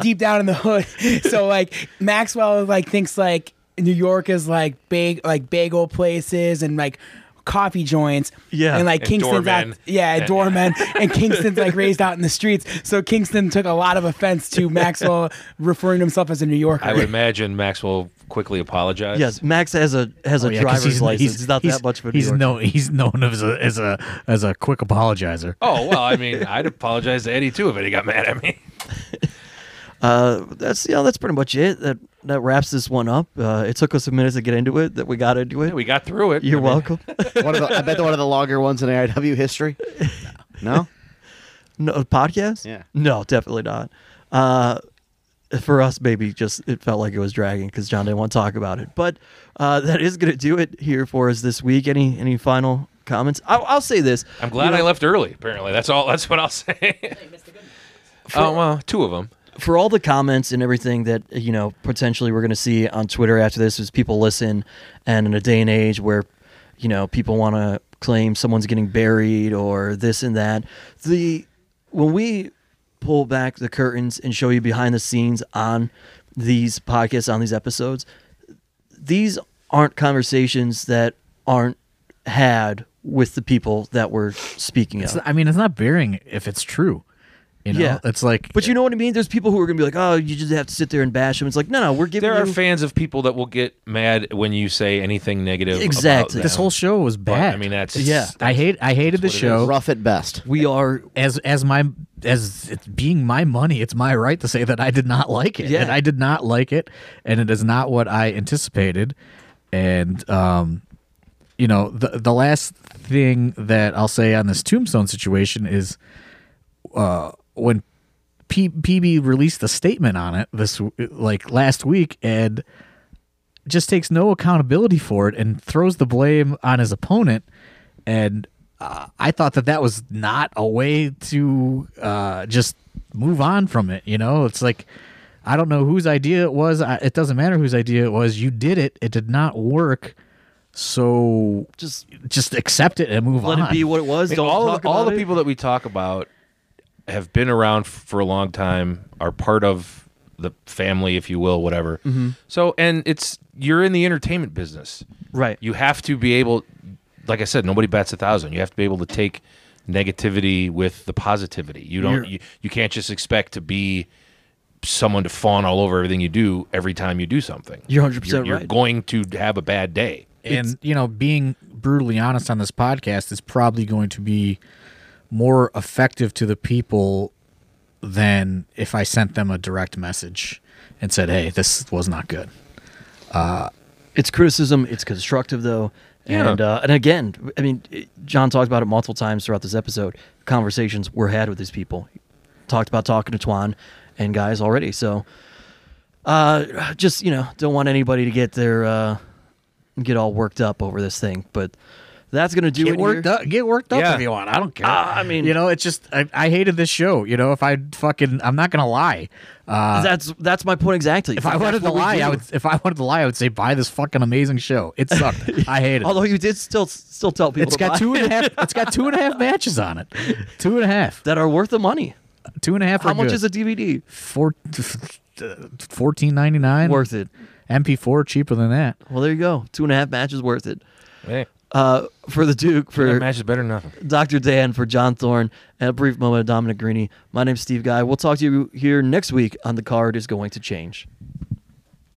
deep down in the hood. So like Maxwell like thinks like New York is like big like bagel places and like coffee joints. Yeah. And like And Kingston's doormen. out, yeah, And- doormen, and Kingston's like raised out in the streets. So Kingston took a lot of offense to Maxwell referring to himself as a New Yorker. I would imagine Maxwell quickly apologized. Yes, Max has a has a Oh, yeah, 'cause driver's license. He's, not that much of a New he's Yorker. no he's known as a as a as a quick apologizer. Oh well, I mean, I'd apologize to Eddie too if Eddie got mad at me. Uh, that's yeah, that's pretty much it. That that wraps this one up. Uh, it took us a minute to get into it. That we got into it. We got through it. You're I mean, welcome. One of the, I bet one of the longer ones in AIW history. No, no podcast. Yeah. No, definitely not. Uh, for us, maybe just it felt like it was dragging because John didn't want to talk about it. But uh, that is going to do it here for us this week. Any any final comments? I'll, I'll say this. I'm glad I left early. Apparently, that's all. That's what I'll say. Oh well, two of them. for all the comments and everything that you know potentially we're going to see on Twitter after this is people listen, and in a day and age where you know people want to claim someone's getting buried or this and that, the when we pull back the curtains and show you behind the scenes on these podcasts on these episodes, these aren't conversations that aren't had with the people that we're speaking of. It's- I mean, it's not bearing if it's true. You know, Yeah. it's like But you know what I mean? There's people who are going to be like, oh, you just have to sit there and bash them. It's like, no, no, we're giving There are you- fans of people that will get mad when you say anything negative. Exactly. About this them. whole show was But, bad. I mean, that's Yeah. I hate I hated the That's what it show rough at best. we are as as my as it's being my money. It's my right to say that I did not like it, Yeah. and I did not like it, and it is not what I anticipated. And um, you know, the the last thing that I'll say on this tombstone situation is uh, when P- PB released a statement on it this like last week and just takes no accountability for it and throws the blame on his opponent and uh, I thought that that was not a way to uh, just move on from it you know it's like I don't know whose idea it was I, it doesn't matter whose idea it was you did it it did not work so just just accept it and move let on it be what it was. I mean, Don't all talk the, all about the it. people that we talk about have been around f- for a long time, are part of the family, if you will, whatever. Mm-hmm. So, and it's you're in the entertainment business, Right. You have to be able, like I said, nobody bats a thousand. You have to be able to take negativity with the positivity. You don't, you, you can't just expect to be someone to fawn all over everything you do every time you do something. You're 100% You're right. going to have a bad day. and you know being brutally honest on this podcast is probably going to be more effective to the people than if i sent them a direct message and said hey this was not good it's criticism. It's constructive though. Yeah. And uh, and again, I mean, it- John talked about it multiple times throughout this episode. Conversations were had with these people. Talked about talking to Twan and guys already. So, uh, just you know, don't want anybody to get their uh, get all worked up over this thing. But that's gonna do get it. worked here. up get worked up Yeah. if you want i don't care Ah, I mean- you know it's just I, I hated this show you know if i fucking i'm not gonna lie uh That's that's my point exactly. if I wanted to lie, I would. If I wanted to lie, I would say buy this fucking amazing show. It sucked. I hate it. Although you did still still tell people it's to buy got two it and a half. It's got two and a half matches on it. Two and a half. that are worth the money. Two and a half. How are much good. is a DVD? Four, fourteen ninety nine. Worth it. MP4 cheaper than that. Well, there you go. Two and a half matches worth it. Hey, Uh, for the Duke, that for match is better than nothing. Dr. Dan, for John Thorne, and a brief moment of Dominic Greeny. My name's Steve Guy. We'll talk to you here next week on The Card is Going to Change.